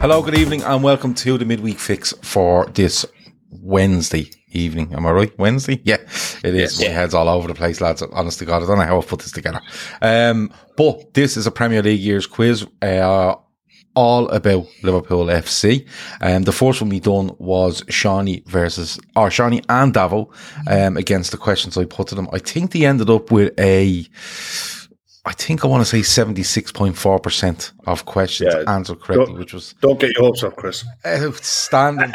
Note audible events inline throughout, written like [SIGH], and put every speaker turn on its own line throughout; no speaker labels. Hello, good evening, and welcome to the midweek fix for this Wednesday evening. Am I right? Wednesday? Yeah, it is. My head's all over the place, lads. Honest to God, I don't know how I put this together. Um, but this is a Premier League year's quiz. Uh, all about Liverpool FC. Um, the first one we done was Shawnee versus, or Shawnee and Davo, um, against the questions I put to them. I think they ended up with a, I think I want to say 76.4% of questions
Yeah.
answered correctly,
Don't-
which was
Don't get your hopes up, Chris.
Outstanding.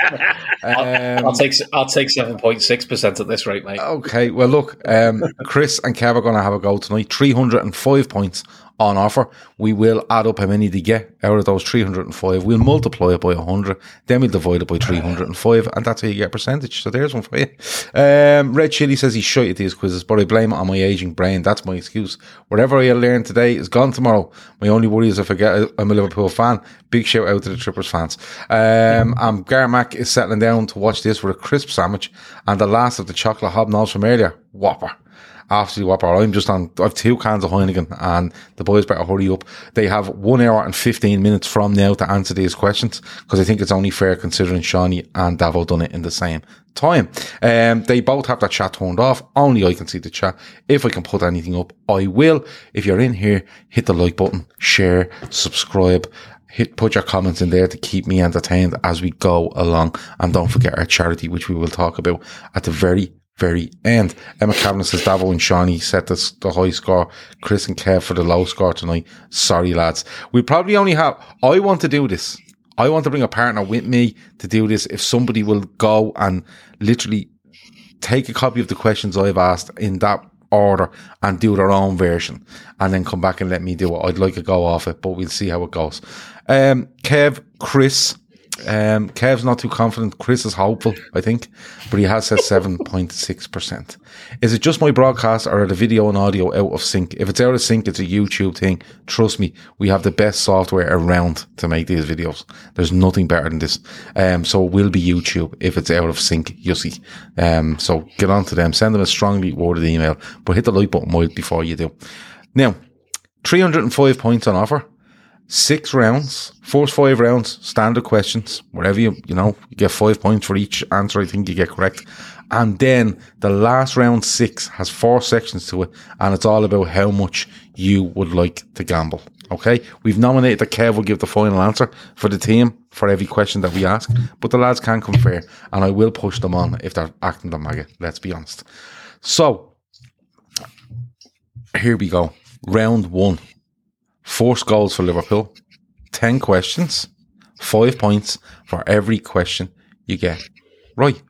I'll
um,
take I'll take seven point six percent at this rate, mate.
okay, well, look, um, Chris and Kev are going to have a go tonight. 305 points on offer. We will add up how many they get out of those 305. We'll multiply it by 100, then we'll divide it by 305, and that's how you get a percentage. So there's one for you. Um, Red Chili says he's shite at these quizzes, but I blame it on my aging brain. That's my excuse. Whatever I learned today is gone tomorrow. My only worry is I forget I'm a Liverpool fan. Big shout out to the Trippers fans. Um, and Garmack is settling down to watch this with a crisp sandwich and the last of the chocolate hobnobs from earlier. Whopper. Absolutely whopper. I'm just on, I've two cans of Heineken and the boys better hurry up. They have one hour and 15 minutes from now to answer these questions because I think it's only fair considering Shawnee and Davo done it in the same time. Um, they both have that chat turned off. Only I can see the chat. If I can put anything up, I will. If you're in here, hit the like button, share, subscribe, hit put your comments in there to keep me entertained as we go along. And don't forget our charity, which we will talk about at the very very end. Emma Cavanagh says Davo and Shawnee set the, the high score. Chris and Kev for the low score tonight. Sorry, lads. We probably only have. I want to do this. I want to bring a partner with me to do this. If somebody will go and literally take a copy of the questions I've asked in that order and do their own version and then come back and let me do it. I'd like a go off it, but we'll see how it goes. Um, Kev, Chris, um, Kev's not too confident. Chris is hopeful, I think, but he has said 7.6%. Is it just my broadcast or are the video and audio out of sync? If it's out of sync, it's a YouTube thing. Trust me, we have the best software around to make these videos. There's nothing better than this. Um, so it will be YouTube if it's out of sync, you see. Um, so get on to them, send them a strongly worded email, but hit the like button Mike, before you do. Now, 305 points on offer six rounds, first five rounds, standard questions, whatever you, you know, you get five points for each answer I think you get correct. And then the last round six has four sections to it, and it's all about how much you would like to gamble. Okay, we've nominated that Kev will give the final answer for the team for every question that we ask, but the lads can come fair, and I will push them on if they're acting the maggot. Let's be honest. So here we go, round one forced goals for Liverpool, 10 questions, five points for every question you get. Right.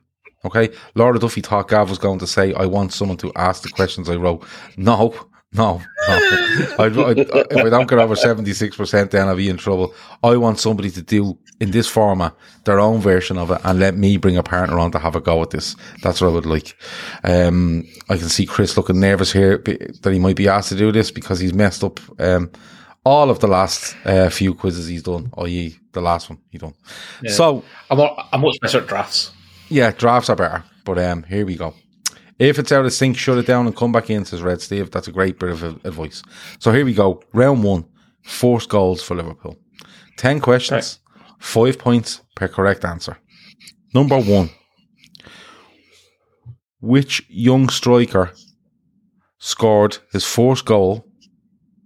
Okay. Laura Duffy thought Gav was going to say, I want someone to ask the questions I wrote. No, No, no. I, I, if I don't get over seventy six percent, then I'll be in trouble. I want somebody to do in this format their own version of it, and let me bring a partner on to have a go at this. That's what I would like. Um, I can see Chris looking nervous here be- that he might be asked to do this because he's messed up um, all of the last uh, few quizzes he's done, i.e., the last one he done. So
I'm, all, I'm much better at drafts.
yeah, drafts are better. But um, here we go. If it's out of sync, shut it down and come back in, says Red Steve. That's a great bit of a- advice. So here we go. Round one, forced goals for Liverpool. 10 questions, five points per correct answer. Number one, which young striker scored his first goal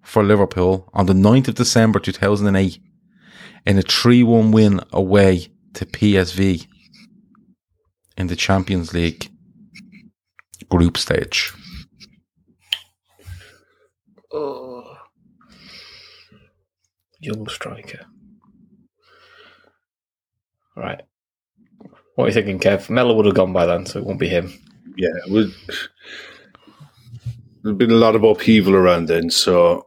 for Liverpool on the 9th of December 2008 in a 3 1 win away to PSV? in the Champions League group stage.
Oh. Young striker. Right. What are you thinking, Kev? Melo would have gone by then, so it won't be him.
Yeah, it was, there'd been a lot of upheaval around then. So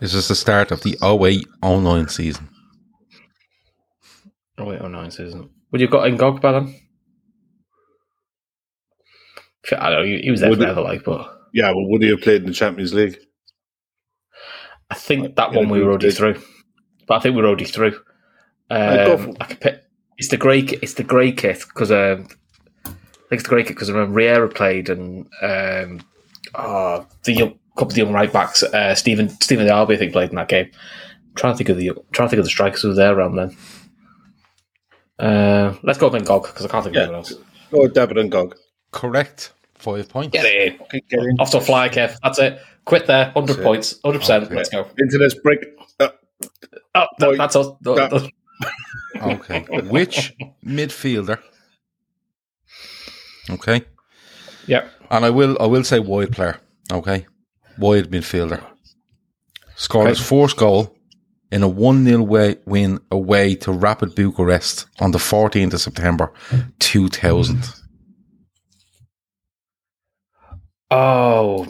This is the start of the 08 09 season.
Oh wait, oh nine isn't. Would you have got Ngog by then? I don't know, he he was there
Would it-
forever, like, but
yeah, well, would he have played in the Champions League?
I think that one we were already through. But I think we were already through.
Uh, go
Um,
for-
I could pick, it's the grey. ki- It's the grey kit because um, I think it's the grey kit because I remember Riera played and um, oh, the young, couple of the young right backs. Uh, Stephen Stephen Darby I think played in that game. trying to think of the trying to think of the strikers who were there around then. Uh, let's go with Ngog because I can't think of
Yeah.
anyone else.
Oh, David and Gog.
Correct. Five points.
Get in.
Okay, get in.
Off to a flyer, Kev. That's it. Quit there. 100
it.
points. 100%. Let's go.
Into this brick. Uh,
Oh, th-
Boy,
that's us. Th-
that-
th-
Okay. Which midfielder? Okay.
Yep.
And I will I will say wide player. Okay. Wide midfielder. Scored his
Okay.
fourth goal in a 1 0 win away to Rapid Bucharest on the 14th of September 2000.
Oh.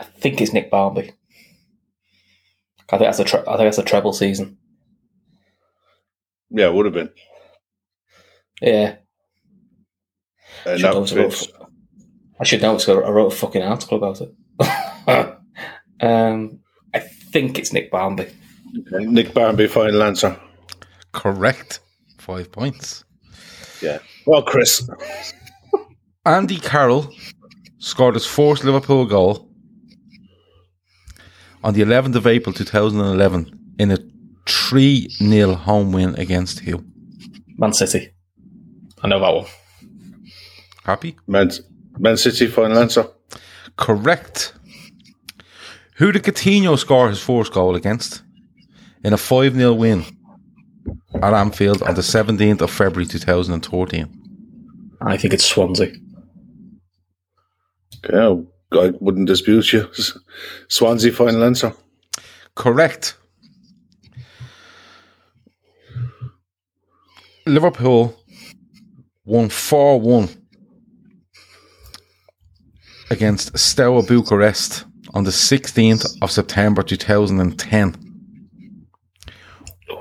I think it's Nick Barnby. I think that's a tre- I think that's a treble season.
yeah, it would have been.
Yeah,
And
Should
Uh, that
know
was
it's about- I should know because I wrote a fucking article about it. [LAUGHS] um, I think it's Nick Barnby.
Nick Barnby, final answer.
Correct. Five points.
Yeah. Well, Chris.
Andy Carroll scored his fourth Liverpool goal on the 11th of April 2011 in a 3 0 home win against Hill.
Man City. I know that one.
Happy?
Man, Man City, final answer.
Correct. Who did Coutinho score his fourth goal against in a 5 0 win at Anfield on the 17th of February 2014?
I think it's Swansea.
Yeah, I wouldn't dispute you. [LAUGHS] S- Swansea, final answer.
Correct. Liverpool won 4 1 against Steaua Bucharest on the 16th of September 2010.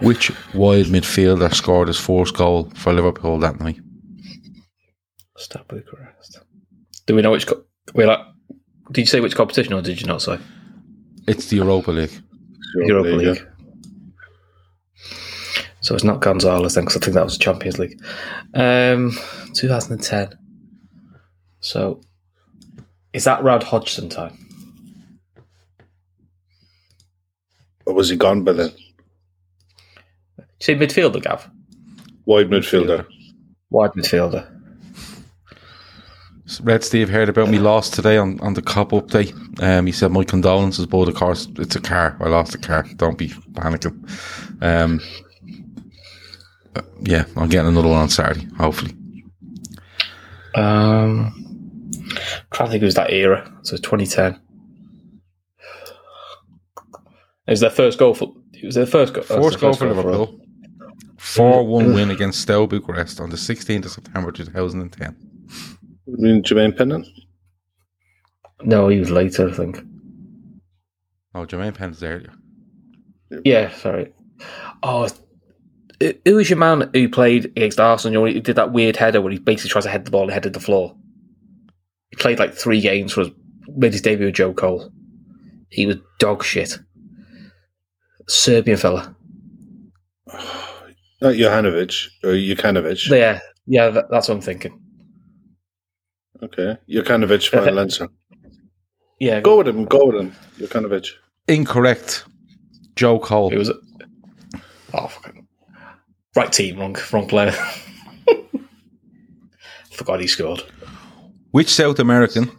Which wide midfielder scored his fourth goal for Liverpool that night?
Stab Bucharest. Do we know which? Co- we like. Did you say which competition, or did you not say
It's the Europa League.
Europa League?
yeah.
So it's not Gonzalez then, because I think that was the Champions League. Um, 2010. So is that round Hodgson time?
Or was he gone by then?
See midfielder, Gav.
Wide midfielder.
Wide midfielder.
Red Steve heard about me lost today on, on the cop update. Um, he said, My condolences, but of course, it's a car. I lost a car. Don't be panicking. Um, uh, yeah, I'm getting another one on Saturday, hopefully.
Um, trying to think who's that era. So 2010. It was their first goal for. It was their first goal.
Fourth goal for Liverpool. 4 1 win against Steaua Bucharest on the 16th of September 2010.
You mean Jermaine Pennant?
No, he was later, I think.
Oh, Jermaine Penn's earlier.
Yeah, sorry. Oh, who- who was your man who played against Arsenal? You know, he did that weird header where he basically tries to head the ball and headed the floor. He played like three games for his, made his debut with Joe Cole. He was dog shit. Serbian fella.
Not Johanovic or Jukanovic.
Yeah, yeah, that, that's what I'm thinking.
okay, Jukanovic van Lenser.
Yeah,
Go with him. Go with him. Jukanovic.
Incorrect. Joe Cole.
It was. Oh, fucking. Right team, wrong, wrong player. [LAUGHS] Forgot he scored.
Which South American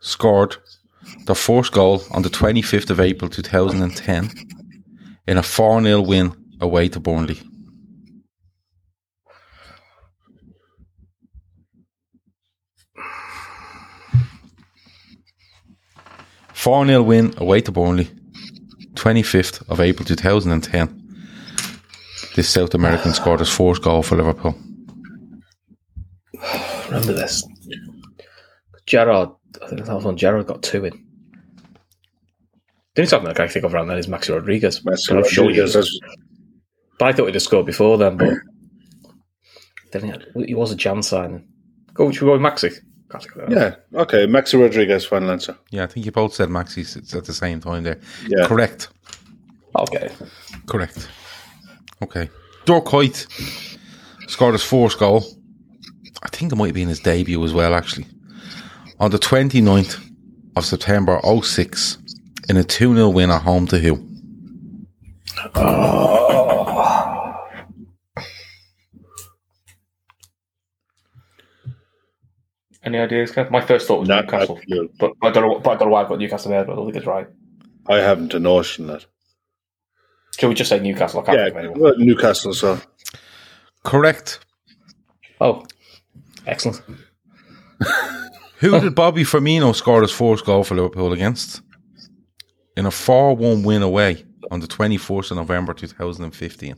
scored their first goal on the 25th of April 2010 in a 4 0 win away to Burnley? Four 0 win away to Burnley, twenty fifth of April two thousand and ten. This South American scored his first goal for Liverpool.
Remember this. Gerard, I think that was one Gerard got two in. The only something that I can think of around that is Maxi Rodriguez. But I'm sure he
Rodriguez.
was- but I thought he'd have scored before then, but didn't he? He was a Jan signing. Go, should we go with Maxi? Can't think of that.
Yeah. Okay. Maxi Rodriguez van Lenser.
Yeah, I think you both said Maxis it's at the same time there.
Yeah.
Correct.
Okay.
Correct. Okay. Dirk Hoyt scored his fourth goal. I think it might have been his debut as well, actually. On the 29th of September 06 in a 2 0 win at home to Hill.
Any ideas, Kev? My first thought was
No,
Newcastle.
I feel-
But I don't know but I don't know why I've got Newcastle there, but I don't think it's right.
I haven't a notion that.
Shall we just say Newcastle? I can't think of
Yeah.
anyone.
well, Newcastle. So
Correct.
Oh, excellent.
Who did Bobby Firmino score his fourth goal for Liverpool against? In a 4 1 win away on the 24th of November 2015.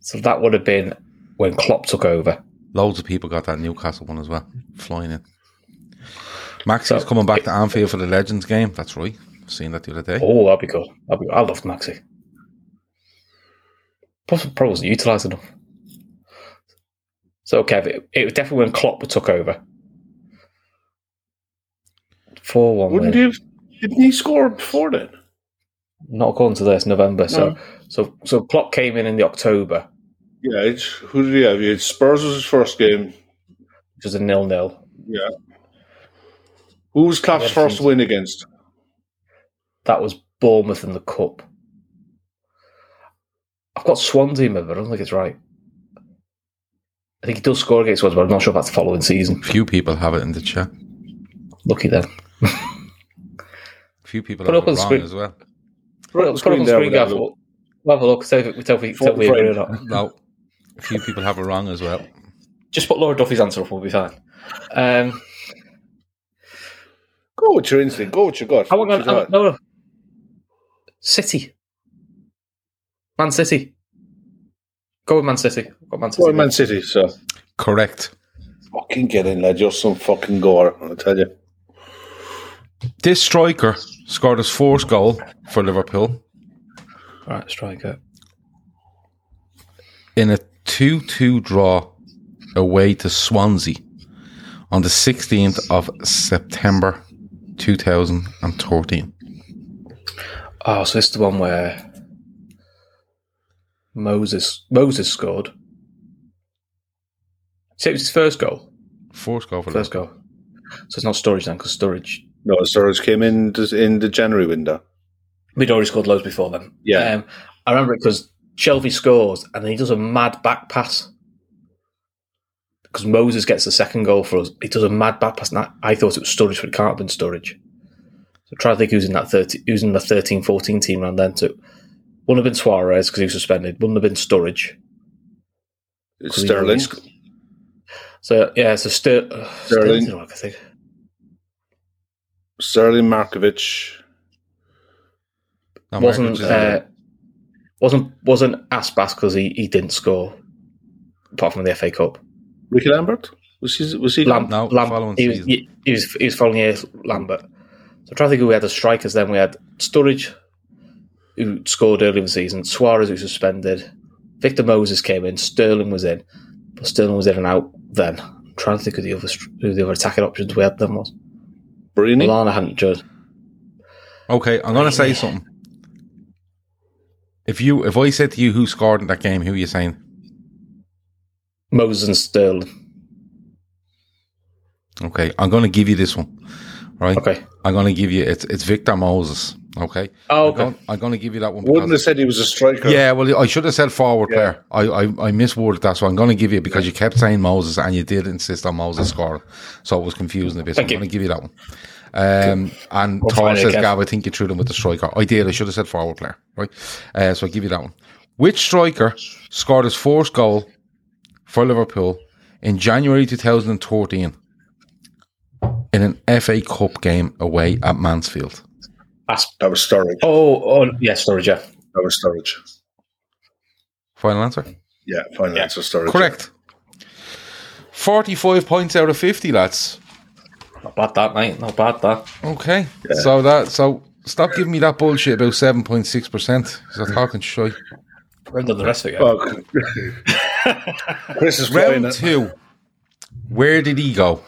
So that would have been when Klopp took over.
Loads of people got that Newcastle one as well, flying in. Maxi's coming back to Anfield for the Legends game. That's right. Seen that the other day.
Oh, that'd be cool. That'd be, I loved Maxi. Plus, probably wasn't utilised enough. So, Kev, it, it was definitely when Klopp took over. 4 1
wouldn't he? Have, didn't he score before then?
Not according to this, November. So, so, so Klopp came in in the October,
Yeah. It's, who did he have? He had Spurs was his first game.
which was a nil nil.
Yeah. Who was Klopp's first win against?
That was Bournemouth in the Cup. I've got Swansea in my- but I don't think it's right. I think he does score against Swansea, but I'm not sure if that's the following season.
Few people have it in the chat.
Lucky then.
Few people
Put
have
up
it
on the
wrong
screen.
as well.
Put
Right,
it up, put it up on
screen there
screen,
with that
Gav. We'll we'll have a look. Tell if tell we, tell we
Full
agree or not.
No, a few people have it wrong as well.
Just put Laura Duffy's answer up, we'll be fine. Um,
Go with your instinct. Go with your gut.
I want
What you
to.
got?
No, no. City. Man City. Go with Man City. Go with Man City.
Go with Man City. So
Correct.
fucking get in, lad. You're some fucking gore. I tell you.
This striker scored his fourth goal for Liverpool
Right, striker.
in a 2 2 draw away to Swansea on the 16th of September 2013.
Oh, so this is the one where Moses Moses scored. So it was his first goal.
Fourth goal for
First
Liverpool.
goal. So it's not storage then, because storage
No, Spurs came in this- in the January window.
We'd already scored loads before then.
Yeah.
Um, I remember it because Shelby scores and then he does a mad back pass. Because Moses gets the second goal for us. He does a mad back pass. And I, I thought it was storage, but it can't have been storage. So try to think who's in that 30, who's in the 13 14 team around then. So wouldn't have been Suarez because he was suspended. Wouldn't have been storage.
It's
Because he already
Sterling.
sc- So yeah, so Ster- uh,
Sterling.
Sterling. I think.
Sterling Markovic.
No,
wasn't
Markovic is-
uh, wasn't wasn't Aspas because he, he didn't score, apart from the FA Cup.
Ricky Lambert? Was he? Was he?
Lam-
No,
Lam-
following
he, was,
season.
he, he was he was following year Lambert. So I'm trying to think who we had as strikers. Then we had Sturridge, who scored early in the season. Suarez, who was suspended. Victor Moses came in. Sterling was in, but Sterling was in and out. Then I'm trying to think of the other str- who the other attacking options we had then was.
Barini?
Lana hadn't judged.
Okay, I'm gonna say something. If you if I said to you who scored in that game, who are you saying?
Moses and Sterling.
Okay, I'm gonna give you this one. Right?
Okay.
I'm gonna give you it's it's Victor Moses. Okay.
Oh,
I'm
okay.
gonna, I'm gonna give you that one.
Wouldn't have
because-
said he was a striker.
yeah, well, I should have said forward player. I, I, I misworded that, so I'm going to give you because you kept saying Moses and you did insist on Moses scoring, so it was confusing a bit. So I'm
Thank you.
going to give you that one. Um, and
We'll
Tor
find it
says,
again.
Gav, I think you threw them with the striker. I did. I should have said forward player, right? Uh, so I give you that one. Which striker scored his first goal for Liverpool in January 2013 in an FA Cup game away at Mansfield?
Asp-
That was Sturridge.
oh, oh, yeah, Sturridge. Yeah.
That was Sturridge.
Final answer.
Yeah, fine answer, Sturridge.
Correct. 45 points out of 50, lads.
Not bad that, mate. Not bad that.
Okay. So that so stop giving me that bullshit about 7.6%. You're talking shy.
We've done the rest of it.
Oh, Chris is
Round
playing it.
two. Where did he go?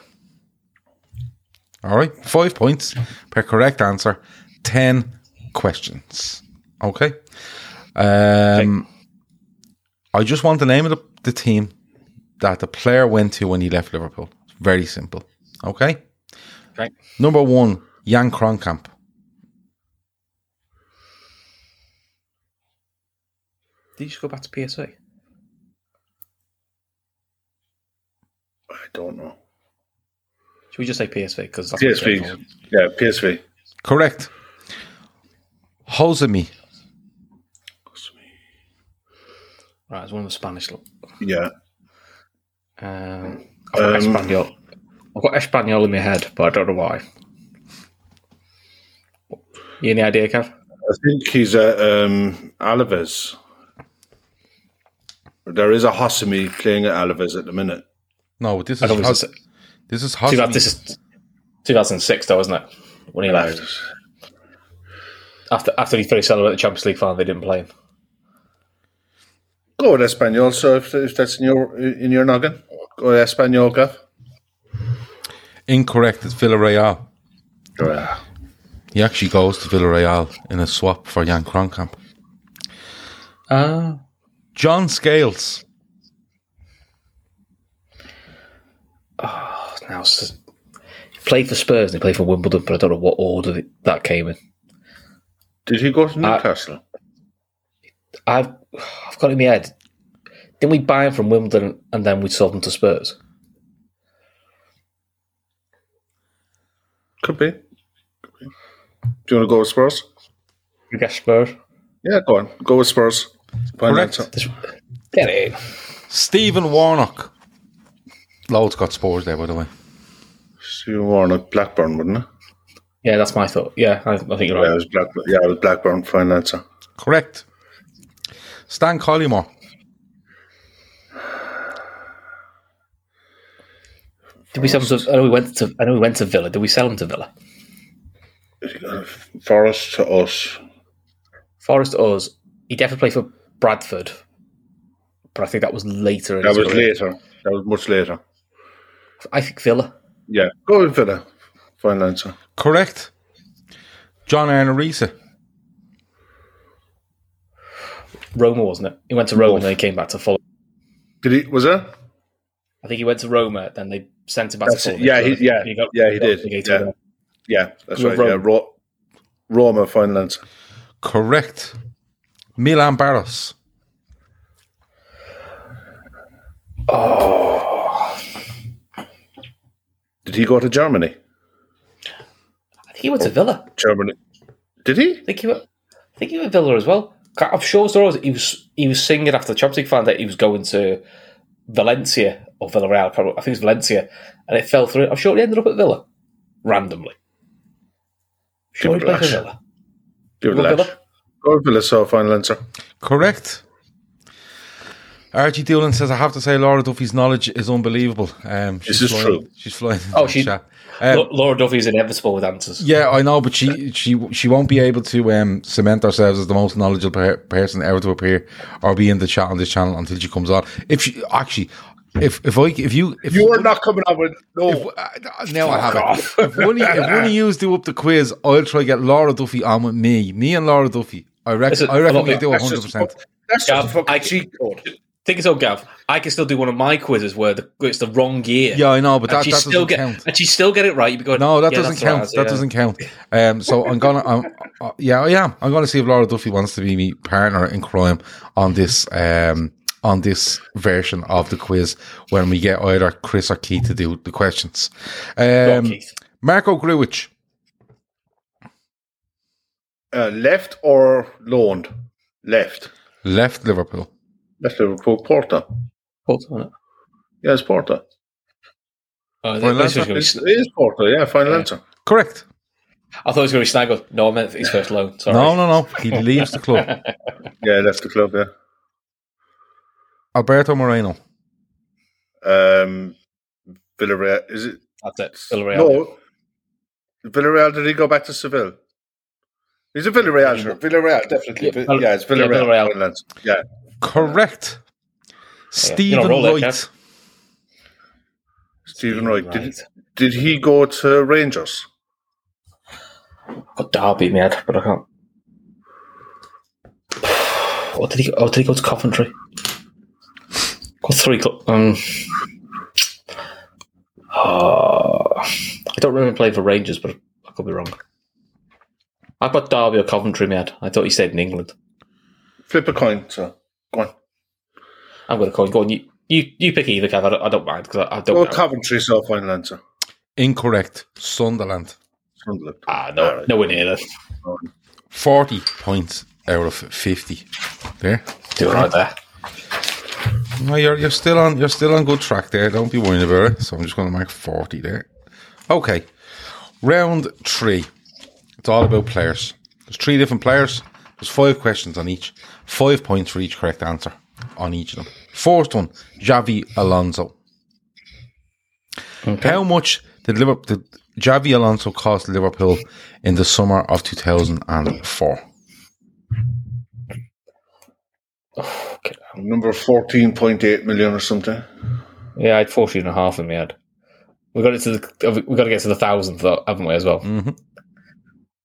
All right. Five points per correct answer. 10 questions. Okay. Um, I just want the name of the, the team that the player went to when he left Liverpool. Very simple. Okay.
Right.
Number one, Jan Kronkamp.
Did you just go back to PSA?
I don't know.
Should we just say PSV? Because that's what's going
PSV.
on.
Yeah, PSV.
Correct. Hosemi.
Right, it's one of the Spanish. lo-
Yeah.
Um, I've got
Um,
Espanol. I've got Espanol in my head, but I don't know why. You any idea, Kev?
I think he's a um, Alaves. There is a Hossamy playing at Alaves at the minute.
No, this
I
is
don't
Hos-
know.
this is
Two,
Hosemi.
this is 2006, though, isn't it? When he left. After after he finished celebrating the Champions League final, they didn't play him.
Go with Espanol. So if, if that's in your in your noggin, go with Espanol, Gav.
Incorrect. It's Villarreal.
Oh,
Yeah.
He actually goes to Villarreal in a swap for Jan Kronkamp.
Ah.
John Scales.
now s- he played for Spurs and he played for Wimbledon, but I don't know what order th- that came in.
Did he go to Newcastle?
I've I've got it in my head. Didn't we buy him from Wimbledon and then we sold him to Spurs?
Could be. Could be. Do you want to go with Spurs?
You guess Spurs?
Yeah, go on. Go with Spurs. Fine
Correct.
answer.
This, get in.
Stephen Warnock. Loads got spores there, by the way.
Stephen Warnock, Blackburn, wouldn't it?
Yeah, that's my thought. Yeah, I, I think you're
Yeah, it
right.
was Blackburn. Yeah, it was Blackburn. Fine answer.
Correct. Stan Collymore.
Did we sell him to? I know we went to. I know we went to Villa. Did we sell him to Villa?
Forest to us.
Forest to us. He definitely played for Bradford, but I think that was later. In
That
his
was
career.
later. That was much later.
I think Villa.
Yeah, go with Villa. Fine answer.
Correct. John Arnorisa.
Roma wasn't it? He went to Roma and then he came back to Fulham.
Did he? Was that?
I think he went to Roma. Then they sent him back
That's
to
it.
Fulham.
Yeah, he- yeah,
got-
yeah, he
got
did.
relegated
Yeah.
there.
Yeah, that's
Go
right.
Roma.
Yeah, Ro- Roma. Fine answer.
Correct. Milan Barros.
Did he go to Germany?
I think he went to Villa.
Germany. Did he?
I think he went. I think he went Villa as well. Ca- I'm sure there was. He was he was singing after the Champions League final that he was going to Valencia or Villarreal. Probably, I think it was Valencia, and it fell through. I'm sure he ended up at Villa randomly. Sure, he
Give it
played
a
for
lash.
Villa.
Give it a
Well,
lash.
Villa.
Go Villa, so final answer.
Correct. Archie Doolan says, I have to say, Laura Duffy's knowledge is unbelievable. Um, she's
is
flying,
true.
She's flying. into
Oh,
the
she-
chat. Um,
Lo- Laura Duffy is inevitable with answers.
yeah, I know, but she she she won't be able to um, cement herself as the most knowledgeable per- person ever to appear or be in the chat on this channel until she comes on. If she actually, if if I if you if
You are not coming out with no.
If, uh, now I have it. If one, of you- if one of yous do up the quiz, I'll try to get Laura Duffy on with me. Me and Laura Duffy. I
Is
reckon.
it-
I reckon
well,
we do
that's
hundred
just a
percent.
fuck- that's just a
Gav,
fucking
I-
cheat code.
Think it's all Gav. I can still do one of my quizzes where the, where it's the wrong year.
Yeah, I know, but
and
that,
she
that doesn't
still get
count.
and she still get it right. You'd be [LAUGHS] going,
No, that
"Yeah,
doesn't
that's the right
count.
answer,
That
yeah."
doesn't count. Um, so I'm gonna, I'm, uh, yeah, I am. I'm gonna see if Laura Duffy wants to be my partner in crime on this, um, on this version of the quiz when we get either Chris or Keith to do the questions.
Go on,
Um,
Keith.
Marco Gruwich,
Uh, left or loaned? Left.
left Liverpool.
Left Liverpool. Porter.
Hold on a minute.
Yeah, it's Porter.
Oh, I
Well,
thought this was
that's-
gonna be
It's,
sn-
it is Porter. Yeah, final
Yeah.
answer.
Correct.
I thought it was going to be Snaggle. No, I meant his first loan. Sorry.
No, no, no.
[LAUGHS]
He leaves the club.
Yeah, left the club. Yeah.
Alberto Moreno.
Um, Villarreal. Is it?
That's it. Villarreal.
No. Villarreal. Did he go back to Seville? He's a Villarreal. Sure. Villarreal, definitely.
Yeah,
Yeah, yeah it's
yeah,
Villarreal.
Villarreal.
Final answer. Yeah.
Correct.
You're
Stephen
on a roll there,
Wright.
Kev.
Stephen Wright. Did, did he go to Rangers?
Got Derby, mad, but I can't. What did he? Oh, did he go to Coventry? Got three. Cl- um. ah, I don't remember him playing for Rangers, but I could be wrong. I got Derby or Coventry, mad. I thought he stayed in England.
Flip a coin. So go on.
I'm going to call. Go on. You, you, you pick either, Kev. I don't, I don't mind because I, I don't.
Go
know.
Coventry. So final answer.
Incorrect. Sunderland.
Sunderland.
ah, no, no one near that.
Um,
40 points out of 50. There.
Do it right there.
No, you're, you're still on you're still on good track there. Don't be worrying about it. So I'm just going to mark 40 there. Okay. Round three. It's all about players. There's three different players. There's five questions on each. Five points for each correct answer on each of them. First one, Javi Alonso. How much did Liverpool did Javi Alonso cost Liverpool in the summer of 2004?
Number fourteen point eight million or something.
Yeah, I had 14 and a half in my head. We got it to the we got to get to the thousandth, though, haven't we? As well.
Mhm.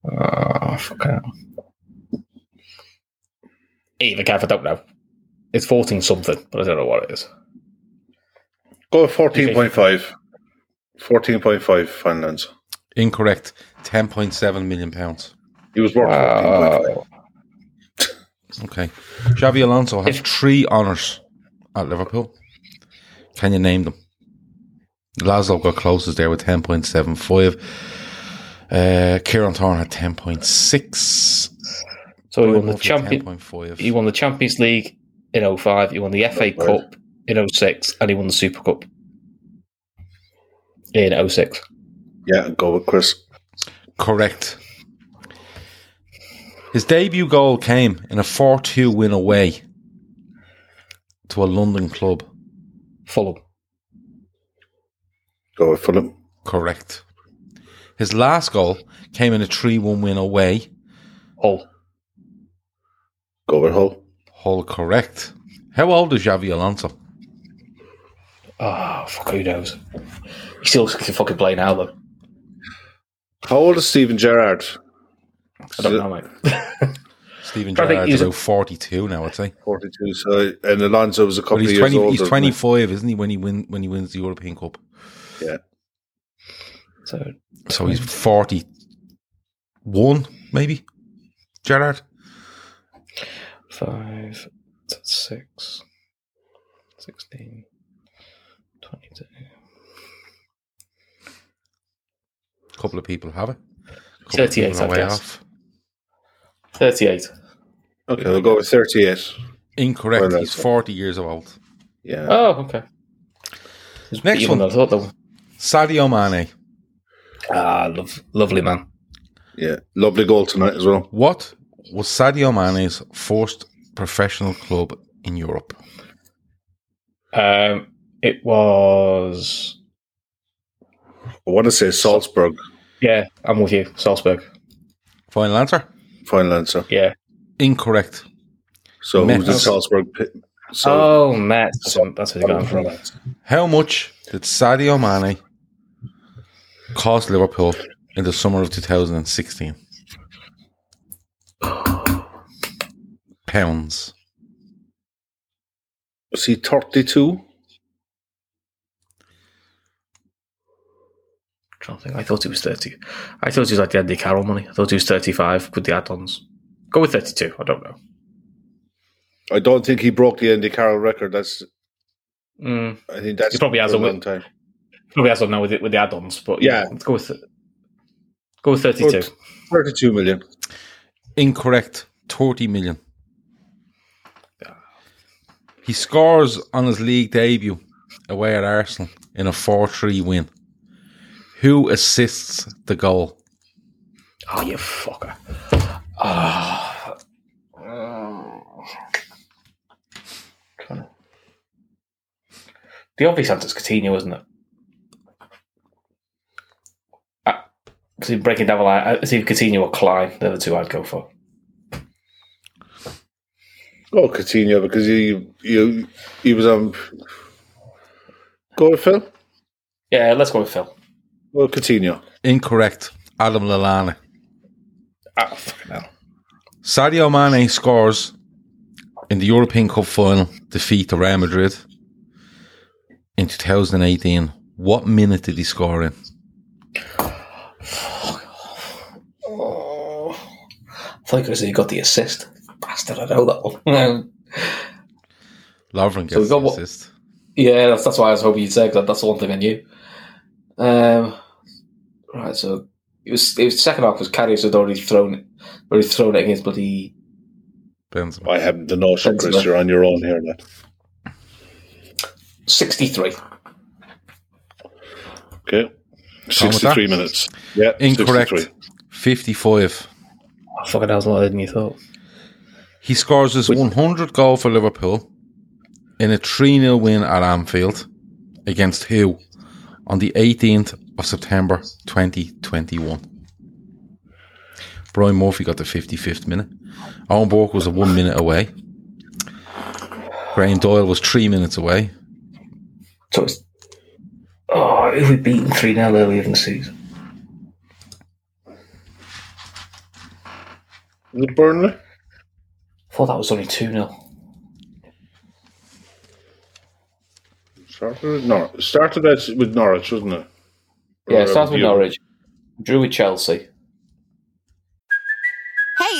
Oh, fuck out. Either Gav, I don't know. It's 14 something, but I don't know what it is.
Go fourteen point five. Fourteen point five. Final answer.
Incorrect. 10.7 million pounds.
He was worth fourteen
Ah,
point five.
Okay. Xavi Alonso has three honours at Liverpool. Can you name them? Laszlo got closest there with 10.75. Uh, Kieran Thorne had 10.6.
So he won
Bournemouth
the
had
champion.
10.5.
He won the Champions League in 05, He won the FA Cup in 06, and he won the Super Cup in 06.
Yeah, go with Chris.
Correct. His debut goal came in a 4 2 win away to a London club.
Fulham.
Go with Fulham.
Correct. His last goal came in a 3 1 win away.
Hull.
Go with Hull.
Hull, correct. How old is Xavi Alonso?
Oh, fuck, who knows? He still can fucking play now, though.
How old is Stephen Gerrard?
I don't know, mate.
Stephen
I think
Gerrard's
he's-
about 42 now, I'd say.
Forty-two. So, and Alonso was a couple
But he's
of years
20,
older.
he's
than
25, isn't he, when he, win, when he wins the European Cup?
him. Yeah.
so,
So he's 41, maybe? Gerrard?
five, six, 16, 22.
A couple of people have it. Couple of
38,
people are
I
way
guess.
off.
38.
Okay, we'll go with thirty-eight.
Incorrect.
Well,
he's
that's-
40 years old.
Yeah.
Oh, okay. It's
Next
better
one.
than I thought, though.
Sadio Mane.
Ah, lov- lovely man.
Yeah. Lovely goal tonight as well.
What was Sadio Mane's first professional club in Europe?
Um, it was.
I want to say Salzburg.
Yeah, I'm with you. Salzburg.
Final answer?
Final answer.
Yeah.
Incorrect.
So who's in
Metz.
Salzburg? pi- So
oh, Matt. That's, what- that's where you're going from.
How much did Sadio Mane cost Liverpool in the summer of 2016? Pounds.
was he thirty-two?
trying to think. I thought it was 30. I thought it was like the Andy Carroll money. I thought it was 35 with the add ons. Go with 32. I don't know.
I don't think he broke the Andy Carroll record. That's
Mm,
I think that's
He probably has
a
a
long
win.
time.
probably has one now with, it, with the add ons, but yeah,
Yeah.
let's go with it. Go with 32.
Good. Thirty-two million.
Incorrect. 30 million. He scores on his league debut away at Arsenal in a 4 3 win. Who assists the goal?
Oh, you fucker. [SIGHS] Oh. The obvious answer is Coutinho, isn't it? Ah, See, breaking down the line, I see Coutinho or Klein. They're the two I'd go for.
Go Coutinho because he you he was on. Go with Phil.
Yeah, let's go with Phil.
Go with Coutinho.
Incorrect. Adam Lallana.
Ah, fucking hell.
Sadio Mane scores in the European Cup final defeat to Real Madrid in 2018. What minute did he score in?
Oh, I thought you could say you got the assist. Bastard, I know that one. [LAUGHS] Um,
Lovren gets
So we got
the
what-
assist.
Yeah, that's, that's why I was hoping you'd say because that's the one thing I knew. Um, right, so it was it was second half because Carrius had already thrown already thrown it against bloody
Benzema.
I haven't the notion,
Thanks,
Chris.
man.
You're on your own here now.
sixty three.
Okay.
with that?
63 minutes. Yeah.
Incorrect.
63.
55.
Oh, fucking hell's more than you thought.
He scores his 100 goal for Liverpool in a 3 0 win at Anfield against who? On the 18th of September 2021. Brian Murphy got the 55th minute. Owen Bork was a one minute away. Graham Doyle was three minutes away.
So it's oh, who we beaten three 0 earlier in the season?
Is it Burnley?
I thought that was only two 0
Started with Norwich. Started as with Norwich, wasn't it?
Yeah,
Or,
it starts
uh,
with
you-
Norwich, drew with Chelsea.
Hey,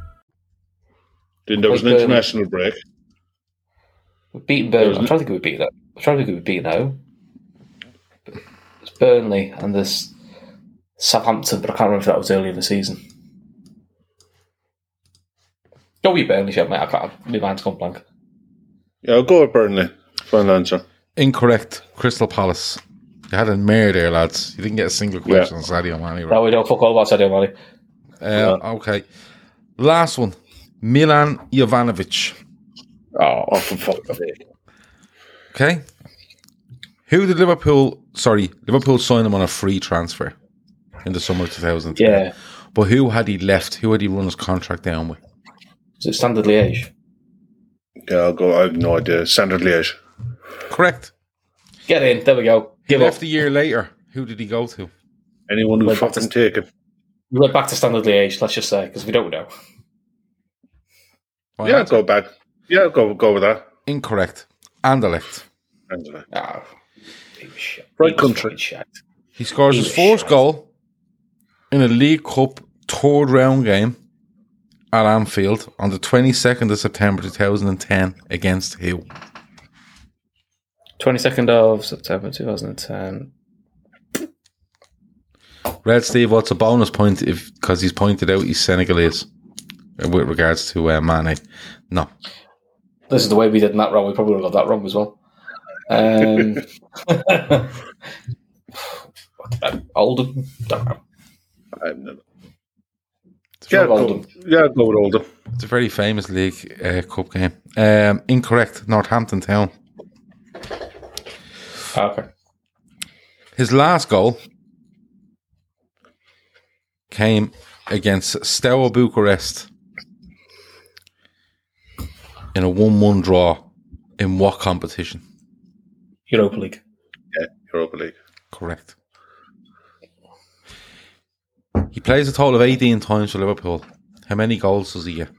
Then there was an
Like, um,
international break.
We beaten Burnley. I'm trying to think who we beat that. I'm trying to think who we beat now. It's Burnley and this Southampton, but I can't remember if that was earlier in the season. Don't be Burnley, shit, mate. I can't. My mind's gone blank.
Yeah, I'll go with Burnley. Final answer.
Incorrect. Crystal Palace. You had a mare there, lads. You didn't get a single question
Yeah.
on Sadio Mane. right?
No, we don't fuck all about Sadio Mane.
Uh, Okay. Last one. Milan Jovanovic.
Oh, oh for fuck's sake.
Okay. Who did Liverpool? Sorry, Liverpool signed him on a free transfer in the summer of 2000.
Yeah.
But who had he left? Who had he run his contract down with?
Is it Standard Liège?
Yeah, I'll go. I have no idea. Standard Liège.
Correct.
Get in. There we go.
He
Give up.
left a year later. Who did he go to?
Anyone who
Went back
fucking take it.
We went back to Standard Liège, let's just say, because we don't know.
Well,
Oh, Yeah, I'll
that's
go back. Yeah, I'll go, go with that.
incorrect. Anderlecht.
Angela.
Ah, he was shit.
Right
He was
country.
fucking shit.
He scores
He
his
was
first
shite.
goal in a League Cup third round game at Anfield on the 22nd of September 2010 against who?
22nd of September 2010.
Red Steve, what's a bonus point if because he's pointed out he's Senegalese uh, with regards to uh, Mane? No.
This is the way we did that wrong. We probably would have got that wrong as well. [LAUGHS] Um, Oldham? Don't know.
I'm not- Yeah,
not
go, yeah, go with Oldham.
It's a very famous league uh, cup game. Um, incorrect. Northampton Town.
Ah, Okay.
His last goal came against Steaua Bucharest in a 1 1 draw in what competition?
Europa League.
Yeah, Europa League.
Correct. He plays a total of 18 times for Liverpool. How many goals does he get?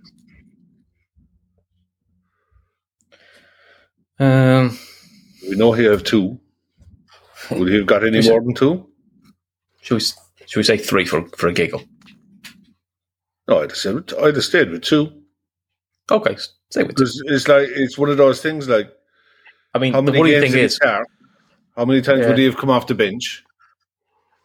Um,
We know he have two. Would he have got any more than two?
should, we, should we say three for, for a giggle?
No, I'd have, said, I'd have stayed with two.
Okay, stay with
Because it's like it's one of those things like
I mean,
how
the
many
worrying
games
thing
in
is,
the car, how many times
Yeah.
would he have come off the bench?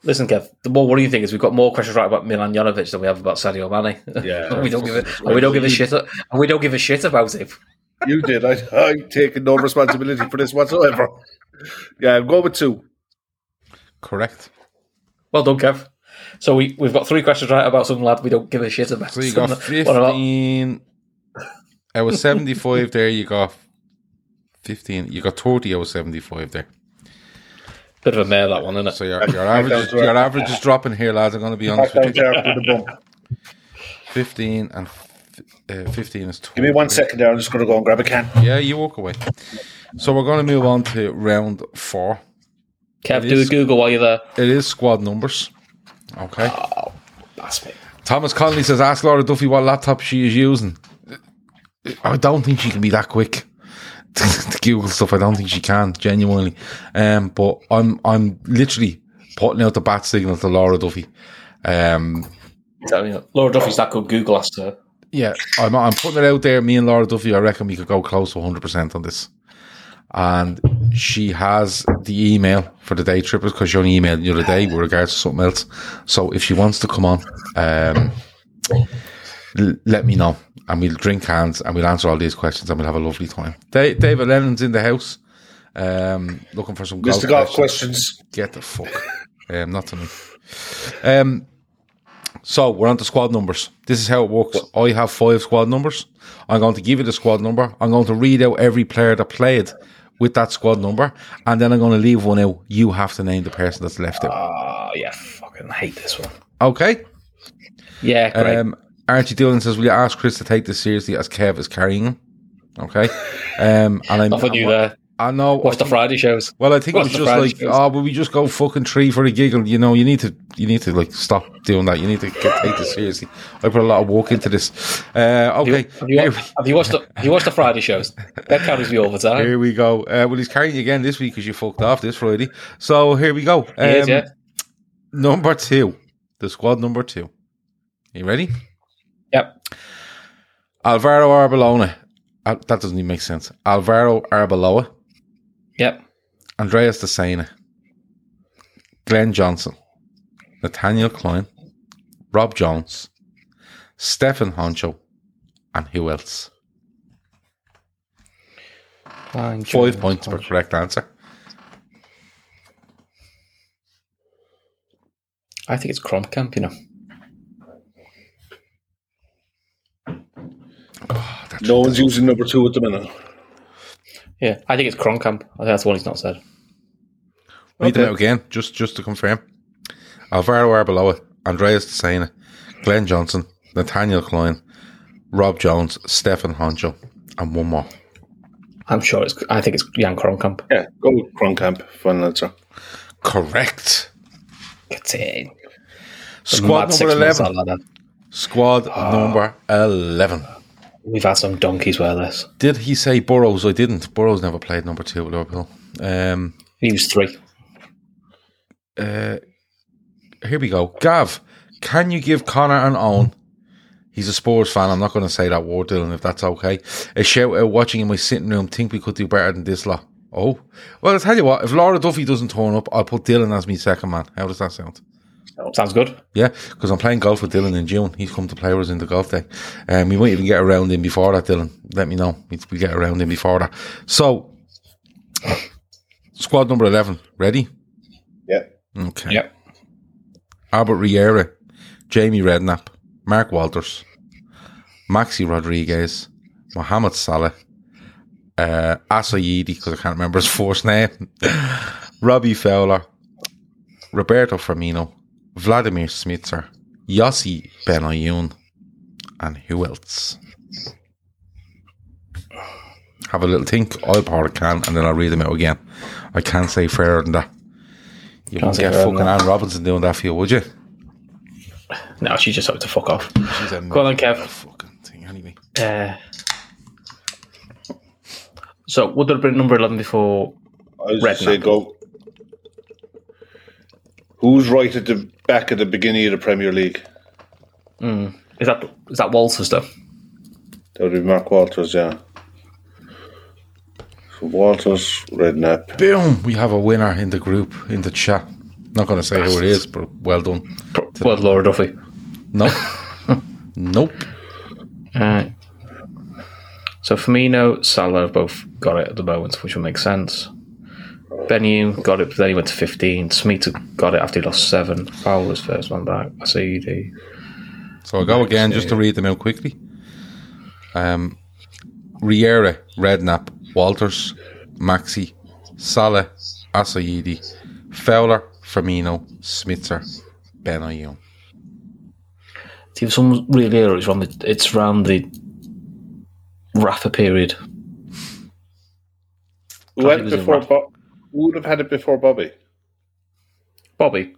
listen, Kev, the more worrying thing is we've got more questions right about Milan Janovic than we have about Sadio Mane.
Yeah.
and [LAUGHS] we don't give a, and we don't give a shit. a- And we don't give a shit about it.
You did. I, [LAUGHS] I taking no responsibility for this whatsoever. Yeah, I'm going with two.
Correct.
Well done, Kev. So we we've got three questions right about some lad we don't give a shit about.
So you got
Some- [LAUGHS] what about-
15. I was 75 there. You got 15. You got 30. I was 75 there.
bit of a mare that one, isn't it?
So your, your, average, your average is dropping here, lads. I'm going to be honest
Down
with you.
there with the bump.
15 and f- uh, 15 is 20.
Give me one second there. I'm just going to go and grab a can.
Yeah, you walk away. So we're going to move on to round four.
Kev,
It
do a
is.
Google while you're there.
It is squad numbers. Okay.
That's me.
Thomas Connolly says, ask Laura Duffy what laptop she is using. I don't think she can be that quick [LAUGHS] to Google stuff. I don't think she can, genuinely. Um, but I'm I'm literally putting out the bat signal to Laura Duffy. Um,
Tell you, Laura Duffy's that good. Google asked her.
yeah, I'm, I'm putting it out there. Me and Laura Duffy, I reckon we could go close to 100% on this. And she has the email for the day trippers because she only emailed the other day with regards to something else. So if she wants to come on, um, l- let me know and we'll drink hands and we'll answer all these questions and we'll have a lovely time. Da- David Lennon's in the house um, looking for some
Mr. Golf questions.
Get the fuck. um, not to me. Um, so we're on to squad numbers. This is how it works. I have five squad numbers. I'm going to give you the squad number. I'm going to read out every player that played with that squad number, and then I'm going to leave one out. You have to name the person that's left out.
Oh yeah, fucking hate this one.
Okay.
Yeah, great.
Um, Archie Dillon says, "Will you ask Chris to take this seriously as Kev is carrying him?"
[LAUGHS]
Okay. Um, and I'm,
I thought you there.
I know.
Watch the Friday shows.
Well, I think
What's
it
the
was just
Friday
like,
shows?
oh, will we just go fucking tree for a giggle? You know, you need to, you need to like stop doing that. You need to get, take this seriously. I put a lot of work into this. Uh,
Have you,
okay,
have you,
here,
watched, have you watched the have you watched the Friday [LAUGHS] shows? That carries me all the
we-
time.
here we go. Uh, well, he's carrying you again this week because you fucked off this Friday. So here we go.
He is,
Um,
yeah.
Number two, the squad number two. You ready?
Yep.
Alvaro Arbeloa. Uh, that doesn't even make sense. Alvaro Arbeloa,
Yep.
Andreas Desena, Glenn Johnson, Nathaniel Klein, Rob Jones, Stefan Honcho, and who else? Five points per correct answer.
I think it's Cromcamp, you know.
No one's using number two at the minute.
Yeah, I think it's Cromcamp. I think that's the one he's not said.
Read them out again, just just to confirm. Alvaro Arbeloa, Andreas Desena, Glenn Johnson, Nathaniel Klein, Rob Jones, Stefan Honcho, and one more.
I'm sure it's. I think it's Jan Cromcamp.
Yeah, go with Cronkamp. Final answer.
Correct.
Get in.
Squad
Mad six
number
months
eleven.
out like that. Ah.
Squad number eleven.
We've had some donkeys wear this.
Did he say Burrows? I didn't. Burrows never played number two with Liverpool. Um,
He was three.
here we go. Gav, can you give Connor an own? He's a Spurs fan. I'm not going to say that word, Dylan, if that's okay. A shout out watching in my sitting room. Think we could do better than this lot. Oh, well, I'll tell you what. If Laura Duffy doesn't turn up, I'll put Dylan as my second man. How does that sound?
Sounds good.
Yeah, because I'm playing golf with Dylan in June. He's come to play with us in the golf day. Um, we might even get around him before that, Dylan. Let me know. We we get around him before that. So, squad number 11. Ready?
Yeah.
Okay.
Yep.
Albert Riera, Jamie Redknapp, Mark Walters, Maxi Rodriguez, Mohamed Salah, uh, Asayidi, because I can't remember his [LAUGHS] first name, Robbie Fowler, Roberto Firmino, Vladimir Smitser, Yossi Benayoun, and who else? Have a little think. I'll part I can, and then I'll read them out again. I can't say fairer than that. You
Can't
wouldn't
say
get
fairer than
fucking
that.
Anne Robinson doing that for you, would you?
No, she's just hoping to fuck off.
She's a
Go on then, Kev.
Fucking thing, anyway.
Uh, so would there have been number eleven before?
I was
Red
just say
Knuckle.
go. Who's right at the back at the beginning of the Premier League?
Is that is that Walters though?
That would be Mark Walters, yeah. So Walters, Redknapp.
Boom! We have a winner in the group, in the chat. Not going to say who it is, but well done.
Well, Laura Duffy.
Nope. [LAUGHS] nope.
Alright. Uh, So Firmino, Salah have both got it at the moment, which would make sense. Benyu got it, but then he went to 15. Smita got it after he lost 7. Fowler was first one back. I see the
So I'll go again just to read them out quickly. Um, Riera, Redknapp, Walters, Maxi, Salah, Asayidi, Fowler, Firmino, Smitzer, Ben Ayoun.
See, if someone's really early, it's around the, it's around the Rafa period.
Who had
it
it
was in
before
Red-
Bo- Who would have had it before Bobby?
Bobby.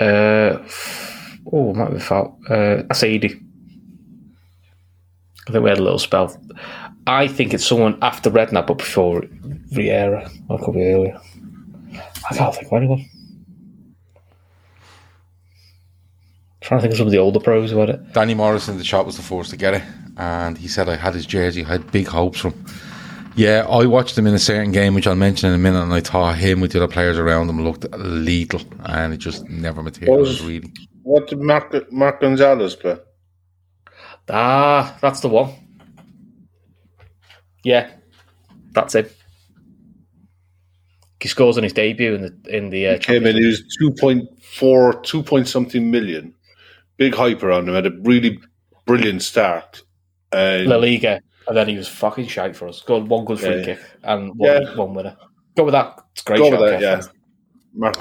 Uh, f- oh, it might be foul. Uh, that's Edie. I think we had a little spell. I think it's someone after Redknapp but before Vieira. Or it could be earlier. I can't think of anyone. trying to think of some of the older pros who had it.
Danny Morris in the chat was the first to get it, and he said I had his jersey, I had big hopes from. him." Yeah, I watched him in a certain game, which I'll mention in a minute, and I thought him with the other players around him looked lethal, and it just never materialised really.
What did Mark, Mark Gonzalez play?
Ah, that's the one. Yeah, that's it. He scores on his debut in the in the uh,
Came in, he was 2.4, 2 point something million. Big hype around him, had a really brilliant start. Uh, And
La Liga, and then he was fucking shite for us. Scored one good free
Yeah.
kick and one,
Yeah.
one winner. Go with that. It's a great
go
shot,
with that,
Kev.
yeah. Mark,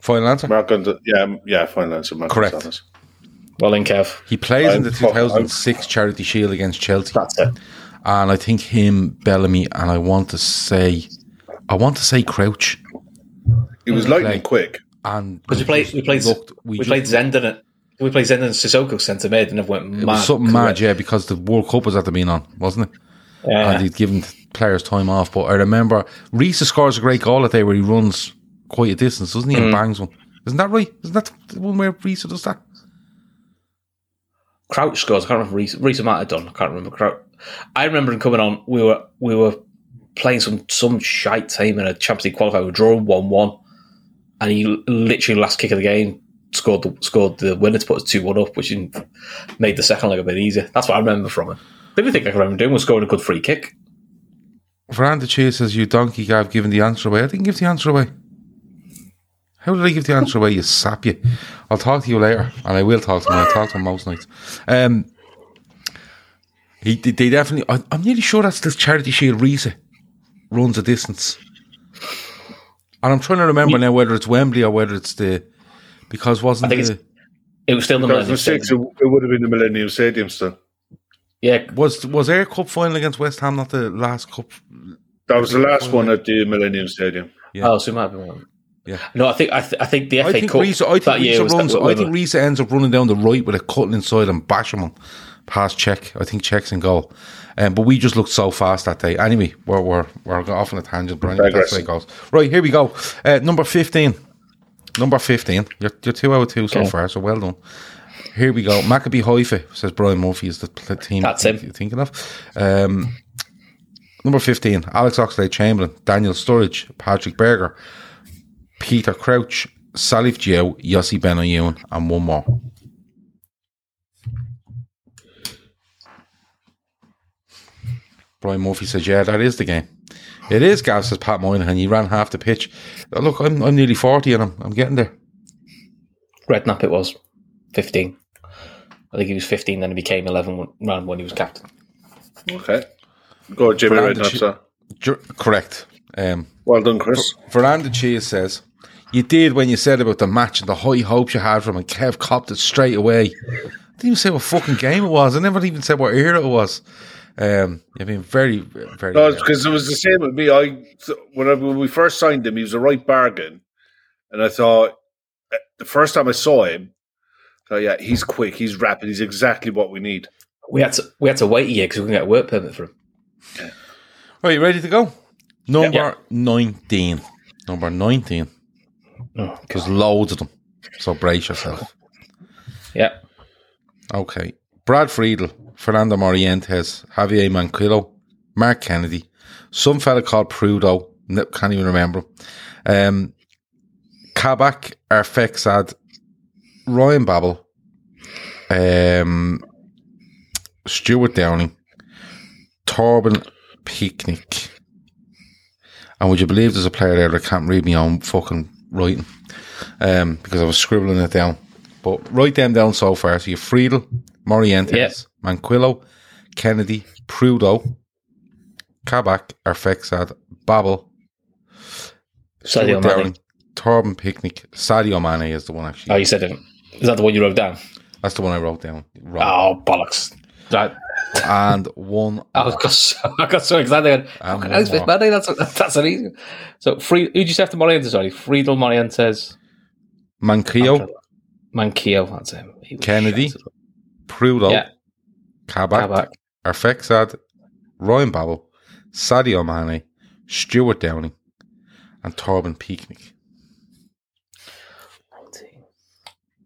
Final answer.
Mark Gonzalez, yeah, yeah, fine answer, Mark
Correct.
Gonzalez.
Well in, Kev.
He plays in the
I'm fuck-
2006 Charity Shield against Chelsea,
That's it.
and I think him, Bellamy, and I want to say, I want to say Crouch,
He
Mm.
was lightning quick.
and
Because we played, we played,
looked-
we,
just
played Zenden at, we played Zenden and Sissoko centre mid and everyone went
It
mad.
was something
'Cause
mad, yeah, because the World Cup was at the being on, wasn't it?
Yeah.
And he'd given players time off. But I remember Reese scores a great goal that day where he runs quite a distance, doesn't he?
Mm.
And bangs one. Isn't that right? Isn't that the one where Reese does that?
Crouch scores. I can't remember. Reece, Reece might have done. I can't remember. Crouch. I remember him coming on. We were we were playing some some shite team in a Champions League qualifier. We were drawing one one, and he l- literally last kick of the game scored the scored the winner to put us two one up, which in- made the second leg a bit easier. That's what I remember from him. The only thing I can remember doing was scoring a good free kick.
Veranda Chase says, You donkey, I've given the answer away. I didn't give the answer away. How did I give the answer away, you sap you? I'll talk to you later, and I will talk to him. I talk to him most nights. Um, he, they they definitely, I, I'm nearly sure that's this Charity Shield Reese runs a distance. And I'm trying to remember now whether it's Wembley or whether it's the, because wasn't
I think
the,
it's- It was still the Millennium
2006, it,
Stadium.
it would have been the Millennium Stadium still.
Yeah,
was, was their cup final against West Ham not the last cup?
That was the last one at the Millennium Stadium.
Oh, so it might have been one.
Yeah.
No, I think I, th- I think the FA
I think
Cup
Reece, I
that
think
year
Reece
was
runs.
that
I think Reece ends up running down the right with a cutting inside and bashing him past check. I think checks and goal. Um, but we just looked so fast that day. Anyway, we're we're, we're off on a tangent, but anyway, that's the way it goes. Right here we go. Uh, number fifteen. Number fifteen. You're, you're two out of two so far, so well done. Here we go. Maccabi Haifa, says Brian Murphy, is the pl- team
That's
I think
him.
you're thinking of. Um, number 15, Alex Oxlade Chamberlain, Daniel Sturridge, Patrick Berger, Peter Crouch, Salif Gio, Yossi Benayoun, and one more. Brian Murphy says, Yeah, that is the game. It is, Gav, says Pat Moynihan. He ran half the pitch. Uh, Look, I'm, I'm nearly 40 and I'm, I'm getting there.
Redknapp it was, 15. I think he was 15, then he became 11 when, round when he was captain.
Okay. Go, Jimmy
Fernando
Redknapp,
Chi-
sir.
Ju- correct. Um,
Well done, Chris.
Veranda Cheese says, You did when you said about the match and the high hopes you had from him, and Kev copped it straight away. I didn't even say what fucking game it was. I never even said what era it was. Um, I mean, very, very.
No, because it was the same with me. I when, I when we first signed him, he was a right bargain, and I thought eh, the first time I saw him, I thought, yeah, he's quick, he's rapid, he's exactly what we need.
We had to we had to wait a year because we couldn't get a work permit for him.
Are you ready to go? Number
Yeah.
19. Number 19.
Oh,
There's loads of them. So brace yourself.
yeah.
Okay. Brad Friedel, Fernando Morientes, Javier Manquillo, Mark Kennedy, some fella called Prudo, n- can't even remember him, um, Kabak, Arfexad, Ryan Babel, um, Stuart Downing, Torben Picnic. And would you believe there's a player there that can't read me own fucking writing? um, because I was scribbling it down. But write them down so far. So you Friedel, Morientes,
Yeah.
Manquillo, Kennedy, Prudo, Kabak, Arfexad, Babel,
Sadio
Stuart
Mane.
Downing, Torben Picnic, Sadio Mane is the one
Oh,
actually.
you said him. Is that the one you wrote down?
That's the one I wrote down. Wrong.
Oh, bollocks. Right.
And one.
I got so, [LAUGHS] I got so excited. I
And one
went, "That's
more.
Mane, eh? that's, [LAUGHS] that's an easy one." So, free, who did you say after Morientes? Sorry, Friedel, Morientes, [LAUGHS]
Manquillo,
Manquillo, that's him. He was
Kennedy,
shite.
Prudo,
Yeah.
Kabak,
Kabak.
Arfexad, Ryan Babel, Sadio Mane, Stuart Downing, and Torben Picnic.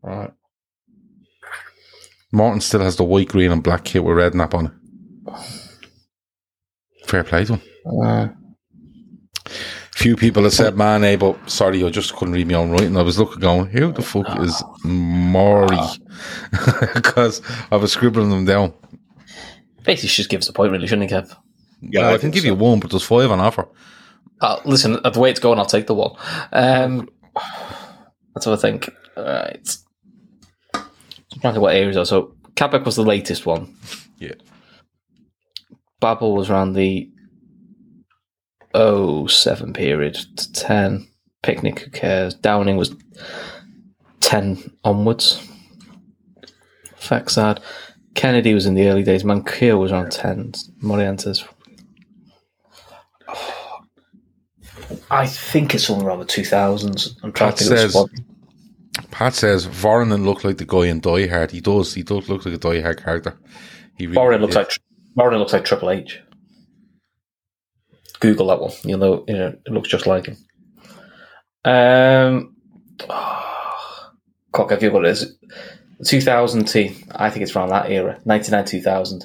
Right.
Martin still has the white, green, and black kit with red nap on it. Fair play to him.
Uh,
Few people have said Mane, but sorry, I just couldn't read my own writing. I was looking, going, who the fuck is Maury? [LAUGHS] Because I was scribbling them down.
Basically, should just give us a point, really, shouldn't he, Kev?
Yeah, I, can give you one, but there's five on offer.
Uh, listen, uh, the way it's going, I'll take the one. Um, let's have a think. Right. I'm trying to think what areas are. So, Quebec was the latest one.
Yeah.
Babel was around the 07 period to 10. Picnic, who cares? Downing was 10 onwards. Faxad. Kennedy was in the early days. Mankiel was around 10. Morientes. I think it's somewhere around the 2000s. I'm trying
That
to think of the
says-
squad.
Pat says Voronin looked like the guy in Die Hard. He does. He does look like a Die Hard character. He really
Warren looks
did.
like Warren looks like Triple H. Google that one. You'll know. You know, it looks just like him. Um, [SIGHS] cock, have you got it? Is it 2000 team. I think it's around that era, 99 2000.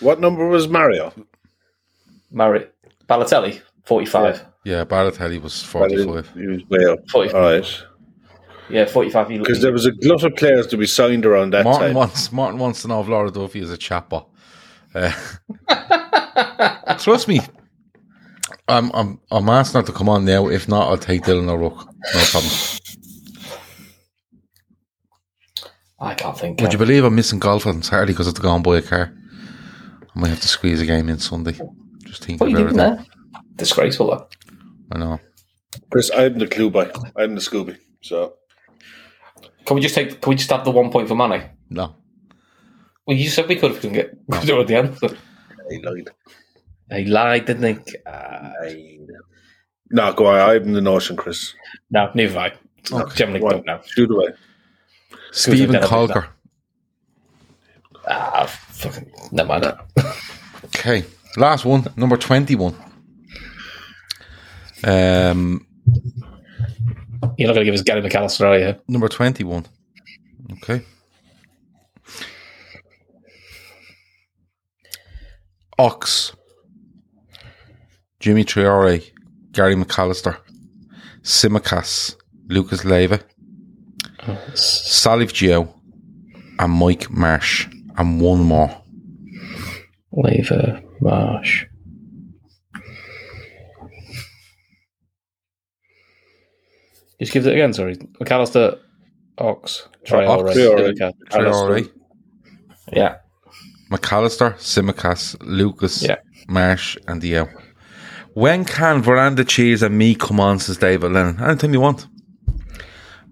What number was Mario?
Marriott Balotelli, 45.
Yeah, Baratelli was 45.
He was way up.
Forty-
All right,
Yeah, 45. He,
because there was a glut of players to be signed around that
Martin
time.
wants Martin wants to know if Laura Duffy is a chatbot. Uh, [LAUGHS] trust me, I'm I'm I'm asked not to come on now. If not, I'll take Dylan O'Rourke. No problem.
I can't think.
Would you believe I'm missing golf on Saturday because I have to go and buy a car? I might have to squeeze a game in Sunday. Just thinking
what are Oh, you
about
doing
everything.
there? Disgraceful, though.
I know.
Chris, I'm the clue boy. I'm the Scooby. So
Can we just take? Can we just have the one point for money?
No.
Well, you said we could if we didn't get [LAUGHS] could have the answer.
he lied.
They lied, didn't they?
No, go on. I'm the notion, Chris.
No, neither have I. Generally
One.
don't know.
Shoot away.
Stephen
Dylan O'Rourke?
Colker.
Ah, fucking, never mind.
Okay, last one, number twenty-one. Um,
You're not going to give us Gary McAllister, are you?
number twenty-one. Okay. Ox, Jimmy Triore, Gary McAllister, Simicas, Lucas Leva, Salif Gio, and Mike Marsh, and one more.
Lever, Marsh. Just give it again, sorry. McAllister, Ox, Traore.
Ox,
Traore.
Ilica,
Triore,
Yeah.
McAllister, Simicas, Lucas,
Yeah.
Marsh, and Dio. When can Veranda Cheese and me come on, says David Lennon? Anything you want.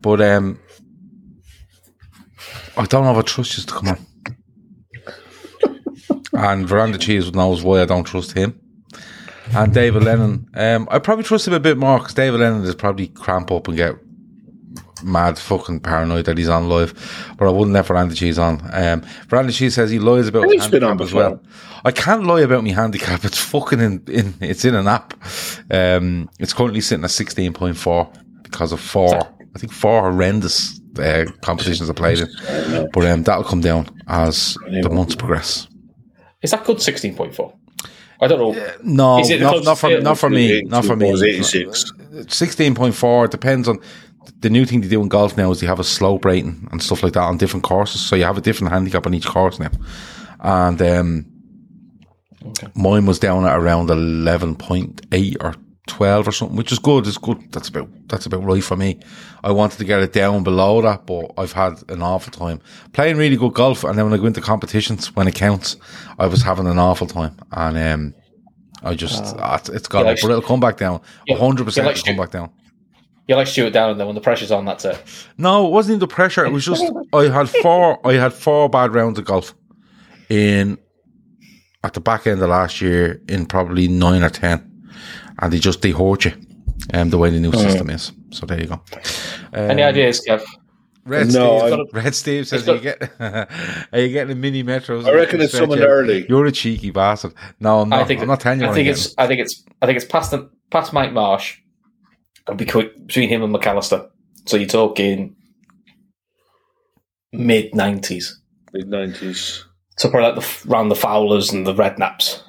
But um, I don't know if I trust you to come on. and Veranda Cheese knows why I don't trust him. And David Lennon, um, I probably trust him a bit more because David Lennon is probably cramp up and get mad fucking paranoid that he's on live. But I wouldn't let Veranda Cheese on. Um, Veranda Cheese says he lies about his
he's been on
handicap as well. I can't lie about my handicap. It's fucking in, in it's in an app. Um, it's currently sitting at 16.4 because of four, I think four horrendous uh, competitions I played in. But um, that'll come down as the months progress.
Is that good 16.4? I don't know.
No,
Is it the
not,
closest
not for
to-
not for me,
Eighty-two
not for me.
was 86.
Sixteen point four it depends on the new thing they do in golf now is they have a slope rating and stuff like that on different courses, so you have a different handicap on each course now. And um, mine was down at around eleven point eight or twelve or something, which is good. It's good. That's about that's about right for me. I wanted to get it down below that, but I've had an awful time playing really good golf, and then when I go into competitions when it counts, I was having an awful time, and um, I just ah, it's- it's got
Yeah,
up,
like-
but it'll come back down.
Yeah,
hundred percent,
yeah, like
it'll come
Stu-
back down.
You're like Stuart Down, and then when the pressure's on, that's it.
No, it wasn't even the pressure. It was just I had four. I had four bad rounds of golf in at the back end of last year in probably nine or ten, and they just they hoard you. Um, the way the new
Hmm.
system is. So there you go.
Any ideas, Kev?
Red
No,
Steve,
I'm-
Red Steve says,
got-
are you, get, [LAUGHS] are you getting a mini metros?
I reckon it's someone early.
You're a cheeky bastard. No, I'm not. I am not telling you.
I
what
think
I'm
it's. I think it's. I think it's past the, past Mike Marsh, and between between him and McAllister. So you're talking mid nineties.
Mid 90s.
So probably like the, f- round the Fowlers and the Redknaps.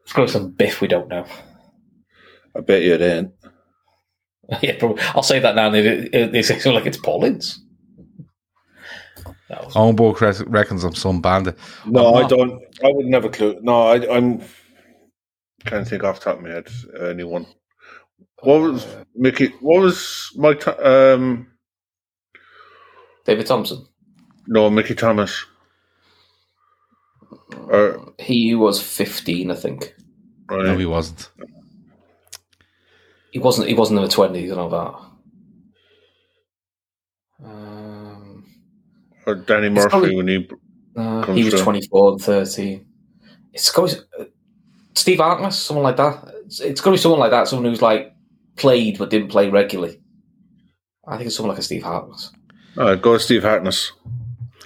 Let's go with some Biff we don't know. [LAUGHS]
I bet you it ain't.
yeah, probably. I'll say that now. And they, they- they say something like it's Paulins. That was-
Owen Burke rec- reckons I'm some bandit.
No,
I'm
I
not.
don't. I wouldn't have a clue. No, I, I'm. Can't think off the top of my head uh, anyone. What was Mickey? What was Mike? Tho- Um,
David Thompson.
no, Mickey Thomas. Uh, Or,
He was fifteen, I think.
No,
right.
he wasn't.
He wasn't. He wasn't in the twenties and all that. Um,
or uh, Danny
It's
Murphy
probably-
when he.
no,
Comes
Uh, he was
from-
twenty four and thirty. It's got to be- uh, Steve Harkness, someone like that. It's, it's got to be someone like that. Someone who's like played but didn't play regularly. I think it's someone like a Steve Harkness.
Uh, go Steve Hartness.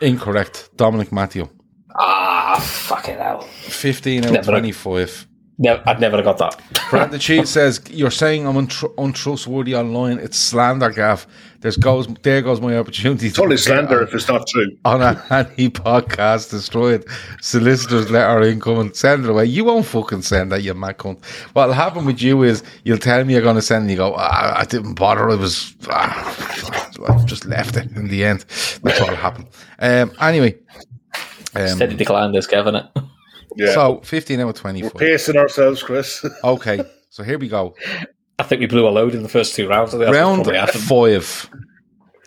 Incorrect. Dominic Matthew.
Ah, fucking hell!
15 out of
Never.
25.
No, I'd never have got that.
Brad the Chief says, You're saying I'm untr- untrustworthy online. It's slander, Gav. There's goes, there goes my opportunity.
It's only slander if it's not true.
On a handy podcast destroyed. Solicitors letter incoming. Send it away. You won't fucking send that, you mad cunt. What'll happen with you is you'll tell me you're going to send and you go, ah, I didn't bother. I was, ah, I just left it in the end. That's what'll happen. Um, anyway. Um,
Steady decline, this Kevin. It.
Yeah.
so 15 out of 24.
We're pacing ourselves, Chris. [LAUGHS]
Okay, so here we go.
I think we blew a load in the first two rounds. I think that's
Round
probably happened.
five.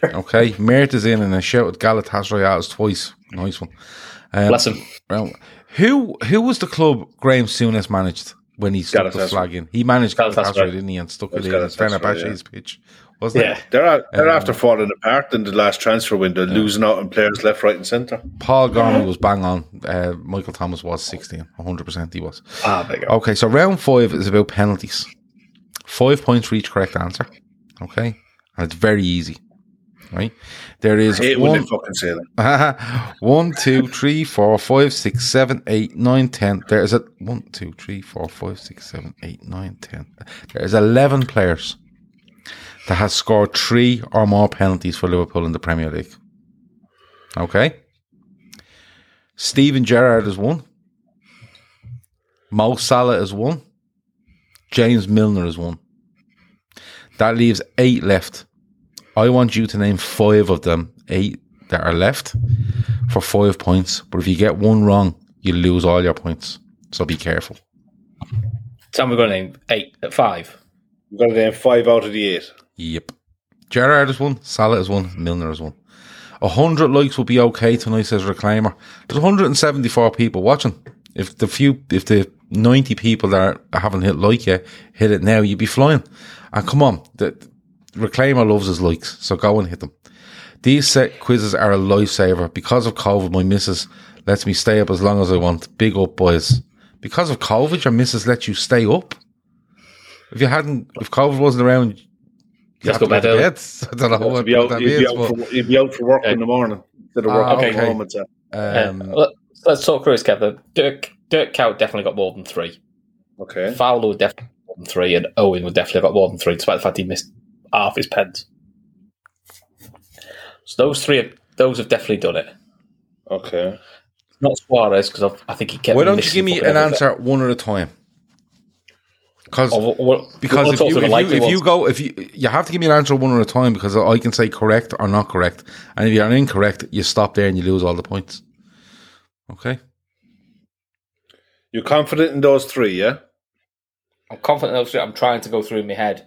Okay, Mert is in and I shouted Galatasaray out twice. Nice one. Um,
Bless him.
Round. Who who was the club Graham Souness managed when he stuck the
Galatasaray.
flag in? He managed Galatasaray,
Galatasaray.
didn't he? And stuck it
was
in. It's
Galatasaray,
Fenerbahce's pitch, wasn't
Yeah.
it?
They're, out, they're
Um,
after falling apart in the last transfer window, losing out on players left, right, and centre.
Paul Gormley was bang on. Uh, Michael Thomas was 16. 100% he was.
Ah, there you go.
Okay, so round five is about penalties. Five points for each correct answer. Okay, and it's very easy. Right? There is
Hate when
one,
they fucking say that.
one, two, three, four, five, six, seven, eight, nine, ten. There is a one, two, three, four, five, six, seven, eight, nine, ten. There is eleven players that has scored three or more penalties for Liverpool in the Premier League. Okay. Steven Gerrard is one. Mo Salah is one. James Milner is one. That leaves eight left. I want you to name five of them, eight that are left for five points. But if you get one wrong, you lose all your points. So be careful.
Sam, we're going to name eight, uh, five.
We've got to name five out of the eight.
Yep. Gerrard is one, Salah is one, Milner is one. 100 likes will be okay tonight, says Reclaimer. There's 174 people watching. If the few, if the 90 people that are, haven't hit like yet hit it now, you'd be flying. And come on, the Reclaimer loves his likes, so go and hit them. These set quizzes are a lifesaver. Because of COVID, my missus lets me stay up as long as I want. Big up, boys. Because of COVID, your missus lets you stay up. If you hadn't, if COVID wasn't around, you
Let's
have
go bed
[LAUGHS]
early.
I don't know
You'd
what
be out,
that
you'd be
means.
out,
but- Ah,
for, you'd be out for work in the morning. Instead of working
okay.
from home, it's a,
Uh,
Um,
let, let's talk through this, Kevin. Dirk, Dirk Cow definitely got more than three.
okay.
Fowler would definitely got more than three, and Owen would definitely have got more than three, despite the fact he missed half his pens. So those three, have, those have definitely done it.
Okay.
Not Suarez because I think he kept.
why don't you
missing
give me
fucking
an
everything.
answer one at a time? 'Cause-
Or we'll- we'll-
because
we'll
if
talk
you
to the
if,
likely
you, if you
ones.
go if you you have to give me an answer one at a time because I can say correct or not correct, and if you're incorrect, you stop there and you lose all the points. Okay.
You're confident in those three, yeah?
I'm confident. Those three, I'm trying to go through in my head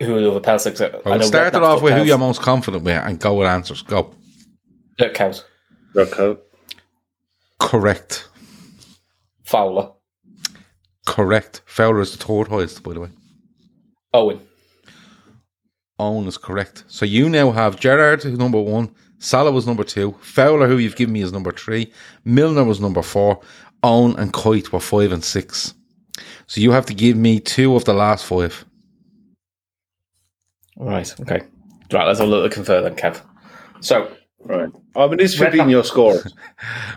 who the other pals are.
Well, start it off with who you're most confident with and go with answers. Go.
Dirk Cows,
Okay.
Correct.
Fowler,
Correct. Fowler is the tortoise, by the way.
Owen.
Owen is correct. So you now have Gerard who's number one, Salah was number two, Fowler, who you've given me, is number three, Milner was number four, Owen and Coit were five and six. So you have to give me two of the last five.
Right. Okay. Right. Let's have a look at confirm then, Kev. So
Right. I mean, this should
Red
be in your score.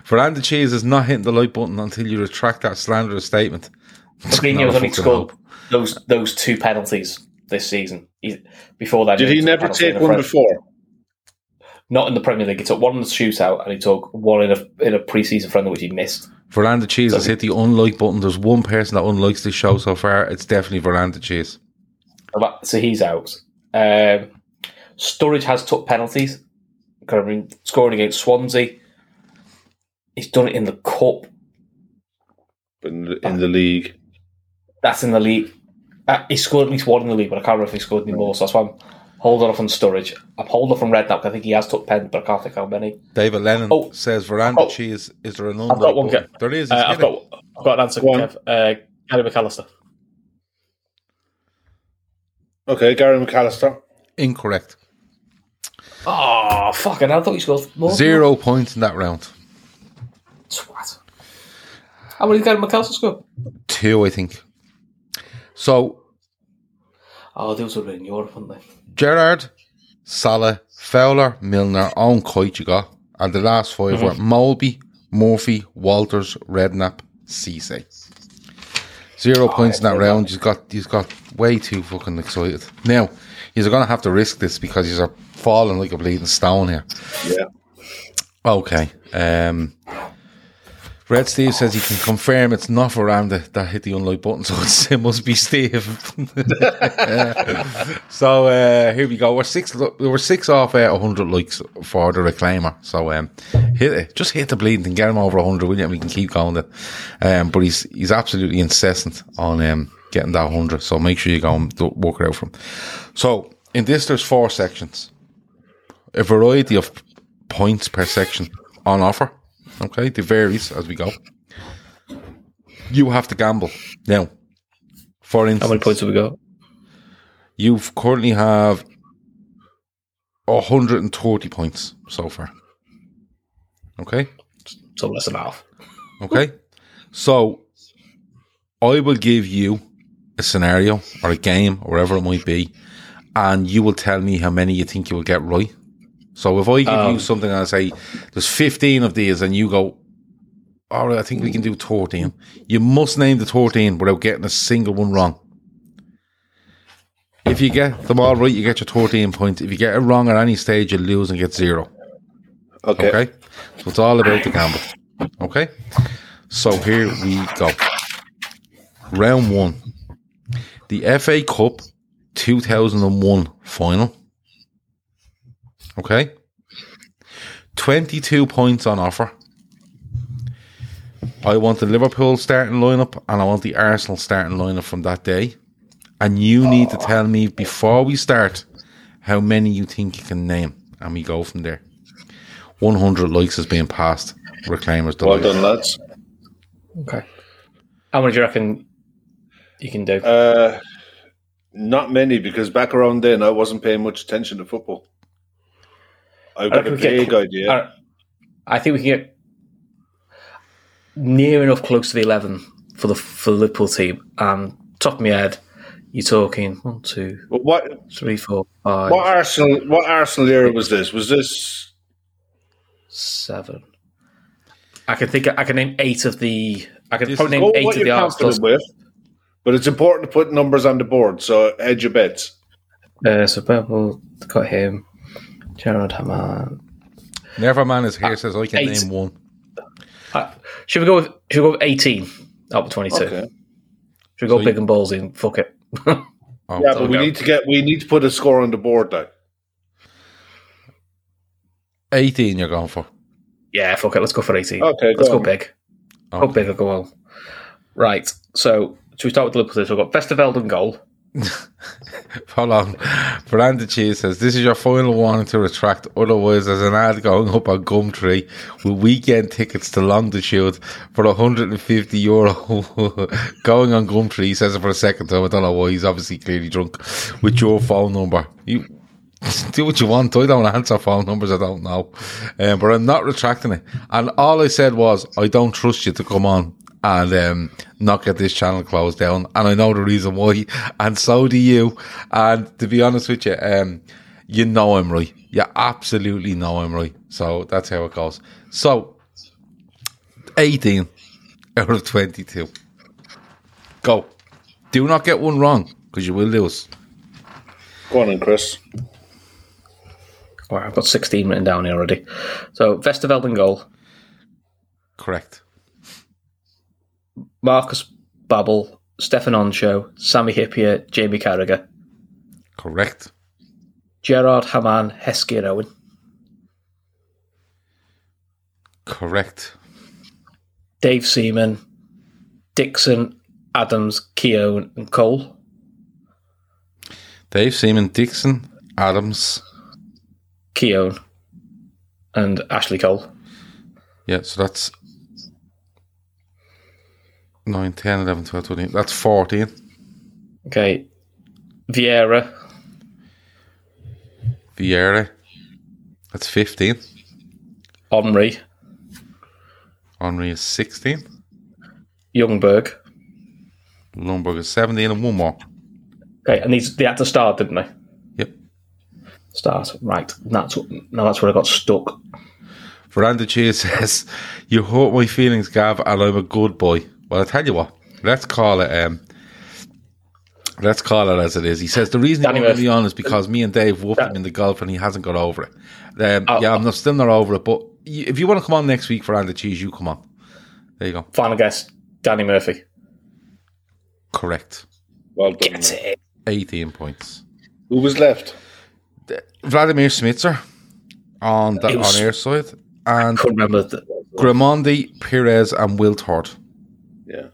Veranda Cheese is not hitting the like button until you retract that slanderous statement.
Fabinho's
Not a
only
fucking
scored
hope.
those those two penalties this season. He, before that,
Did he
took a
never
penalty in
take
the
one
Prem-
before?
Not in the Premier League. He took one in the shootout, and he took one in a in a preseason friendly which he missed.
Veranda Cheese has hit the unlike button. There's one person that unlikes this show so far. It's definitely Veranda Cheese.
So that- So he's out. Um, Sturridge has took penalties. I mean, scoring against Swansea. He's done it in the cup.
In the, in the league.
That's in the league. Uh, he scored at least one in the league, but I can't remember if he scored any more. So that's why I'm holding off on Sturridge. I'm holding off on Redknapp. 'cause I think he has took pens, but I can't think how many.
David Lennon
Oh.
says Veranda
Oh.
Cheese. Is there an unlike
I've got one.
button?
Kev.
There is.
Uh,
he's
I've
hit it.
got. I've got an answer,
Go on.
Kev. Uh, Gary McAllister.
Okay, Gary McAllister.
Incorrect.
Oh, fucking! I thought you scored more. than
Zero points in that round.
that. Twat. How many did Gary McAllister score?
Two, I think. So
Oh, those were in Europe, weren't they?
Gerard, Salah, Fowler, Milner, Owen Coit you got. And the last 5 were Mulby, Murphy, Walters, Redknapp, Cisse. Zero points in that round. He's got he's got way too fucking excited. Now, he's gonna have to risk this because he's a falling like a bleeding stone here.
Yeah.
Okay. Um, Red Steve says he can confirm it's not Veranda that hit the unlock button, [LAUGHS] so it's, it must be Steve. [LAUGHS] so uh, here we go. We're six. lo- We're six off uh, hundred likes for the reclaimer. So um, hit it. Just hit the bleed and get him over hundred, will you? And we can keep going then. Um, but he's he's absolutely incessant on um, getting that hundred. So make sure you go and do- work it out from. So in this, there's four sections a variety of points per section on offer. Okay, they varies as we go. You have to gamble now. For
How many
instance,
points have we got?
you currently have 130 points so far. Okay,
So less than half.
okay. So I will give you a scenario or a game or whatever it might be, and you will tell me how many you think you will get right. So if I give you something and I say there's 15 of these, and you go, all right, I think we can do 14. You must name the 14 without getting a single one wrong. If you get them all right, you get your 14 points. If you get it wrong at any stage, you lose and get zero.
Okay.
Okay. So it's all about the gamble. Okay. So here we go. Round one. The FA Cup 2001 final. Okay. 22 points on offer. I want the Liverpool starting lineup and I want the Arsenal starting lineup from that day. And you need to tell me before we start how many you think you can name. And we go from there. 100 likes has been passed. Reclaimers
Well
delight.
done, lads.
Okay. How many do you reckon you can do?
Uh, not many because back around then I wasn't paying much attention to football. I've got
reckon
a
we get
vague
cl-
idea.
I, Uh, I think we can get near enough close to the eleven for the for the Liverpool team. Um, top of my head, you're talking one, two,
But what
three, four, five,
what Arsenal what Arsenal era was this? Was this
seven. I can think. I can name eight of the. I can
This
probably
is-
name
go
eight
what
of
you're
the
confident
articles.
with? But it's important to put numbers on the board, so hedge your bets.
Uh, so Bevel got him. Gerard Hammond.
Never man is here says I can
Eight.
name one.
Uh, should we go with? Should we go with eighteen out of twenty-two?
Okay.
Should we go
So
big
you-
and ballsy? and Fuck it.
Oh,
Yeah, but we
go.
need to get we need to put a score on the board now.
18 you're going for.
Yeah, fuck it. Let's go for 18.
Okay, go
let's go
on.
big. Go big or go home. Right. So, should we start with the Liverpool? So, we've got Vesterveld and goal.
Hold on. Veranda Cheese says, This is your final warning to retract. Otherwise, there's an ad going up on Gumtree with weekend tickets to Longitude for 150 euro. [LAUGHS] going on Gumtree, he says it for a second time. I don't know why. He's obviously clearly drunk with your phone number. You do what you want. I don't answer phone numbers. I don't know. Um, but I'm not retracting it. And all I said was, I don't trust you to come on and um, not get this channel closed down. And I know the reason why. [LAUGHS] And so do you. And to be honest with you, um, you know I'm right. You absolutely know I'm right. So that's how it goes. So 18 out of 22. Go. Do not get one wrong because you will lose.
Go on in, Chris.
All right, I've got 16 written down here already. So, Vesterveld and goal.
Correct.
Marcus Babbel, Stefan Oncho, Sammy Hippier, Jamie Carragher,
Correct.
Gerard Haman, Heskey and Owen,
Correct.
Dave Seaman, Dixon, Adams, Keown, and Cole.
Dave Seaman, Dixon, Adams.
Keown and Ashley Cole.
Yeah, so that's 9, 10, 11, 12, 13. That's 14.
Okay. Vieira,
Vieira. That's 15.
Omri,
Henri is 16.
Youngberg.
Lundberg is 17. And one more.
Okay, and these they had to start, didn't they?
Yep.
Start right. And That's what, no, that's where I got stuck.
Veranda Cheer [LAUGHS] says, You hurt my feelings, Gav, and I'm a good boy. Well, I tell you what, let's call it. um Let's call it as it is. He says the reason
Danny
he won't
Murphy.
be on is because me and Dave whooped
That-
him in the golf and he hasn't got over it. Um,
Oh.
yeah, I'm not, still not over it. But you, if you want to come on next week for Andy Cheese, you come on. There you go.
Final guess: Danny Murphy.
Correct.
Well done. man.
18 points.
Who was left?
Vladimir Smitzer on the,
It was-
on air side, and
Couldn't remember. The,
Grimondi, Perez, and Wiltord.
Yeah.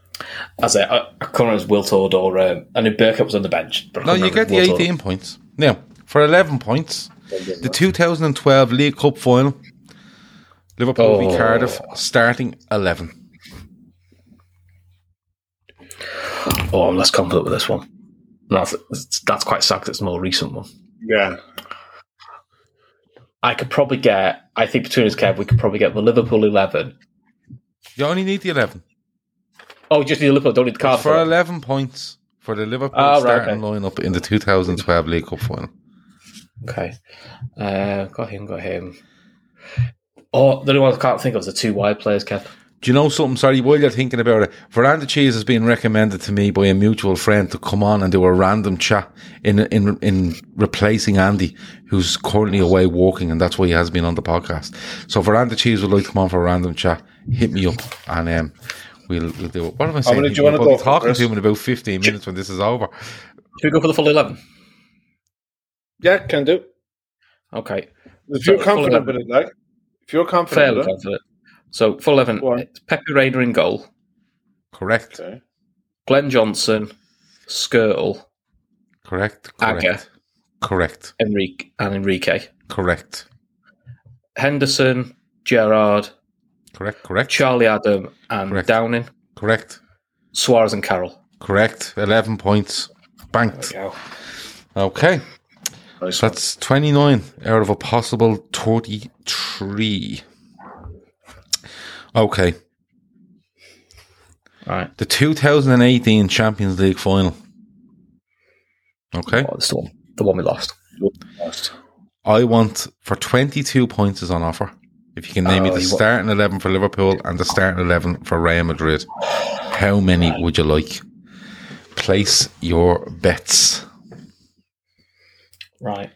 as I, I, I couldn't remember if it was Wiltord or um, I knew Burkett was on the bench. But I
No,
couldn't
you get the
remember if it was
18 points. Now, for 11 points, the 2012 League Cup final, Liverpool v
Oh.
Cardiff, starting 11.
Wiltord. Oh, I'm less confident with this one. That's that's quite sad. 'cause It's a more recent one.
Yeah.
I could probably get. I think between us, Kev, we could probably get the Liverpool eleven.
You only need the 11.
Oh, just need Liverpool. Don't need the card
For
for it.
11 points for the Liverpool
Oh, right,
starting
okay.
lineup in the 2012 League Cup final.
Okay, uh, got him. Got him. Oh, the only one I can't think of is the two wide players, Kev.
Do you know something? Sorry, while you're thinking about it, Veranda Cheese has been recommended to me by a mutual friend to come on and do a random chat in in in replacing Andy, who's currently away walking, and that's why he has been on the podcast. So Veranda Cheese would like to come on for a random chat. Hit me up, and um, we'll we'll do it. What am I saying?
many do you
We'll
wanna
be
go for,
talking
Chris?
to him in about fifteen minutes when this is over.
Should we go for the full 11?
Yeah, can do.
Okay.
If you're
So,
confident
full
with it, like if you're confident,
Fairly
with it,
confident. So, full 11.
Go on.
It's Pepe Raider in goal.
Correct,
okay.
Glenn Johnson, Skirtle,
correct, correct,
Aga.
correct,
Enrique, and Enrique.
correct,
Henderson, Gerard,
correct, correct,
Charlie Adam, and
Correct.
Downing.
correct,
Suarez and Carroll.
correct. Eleven points banked. Okay.
Nice
So that's 29 out of a possible 33. Okay.
All right.
The 2018 Champions League final. Okay.
Oh, it's the one, the one we lost.
I want for 22 points is on offer. If you can name me
Oh,
the
you want-
starting 11 for Liverpool and the starting 11 for Real Madrid, how many would you like? Place your bets.
Right.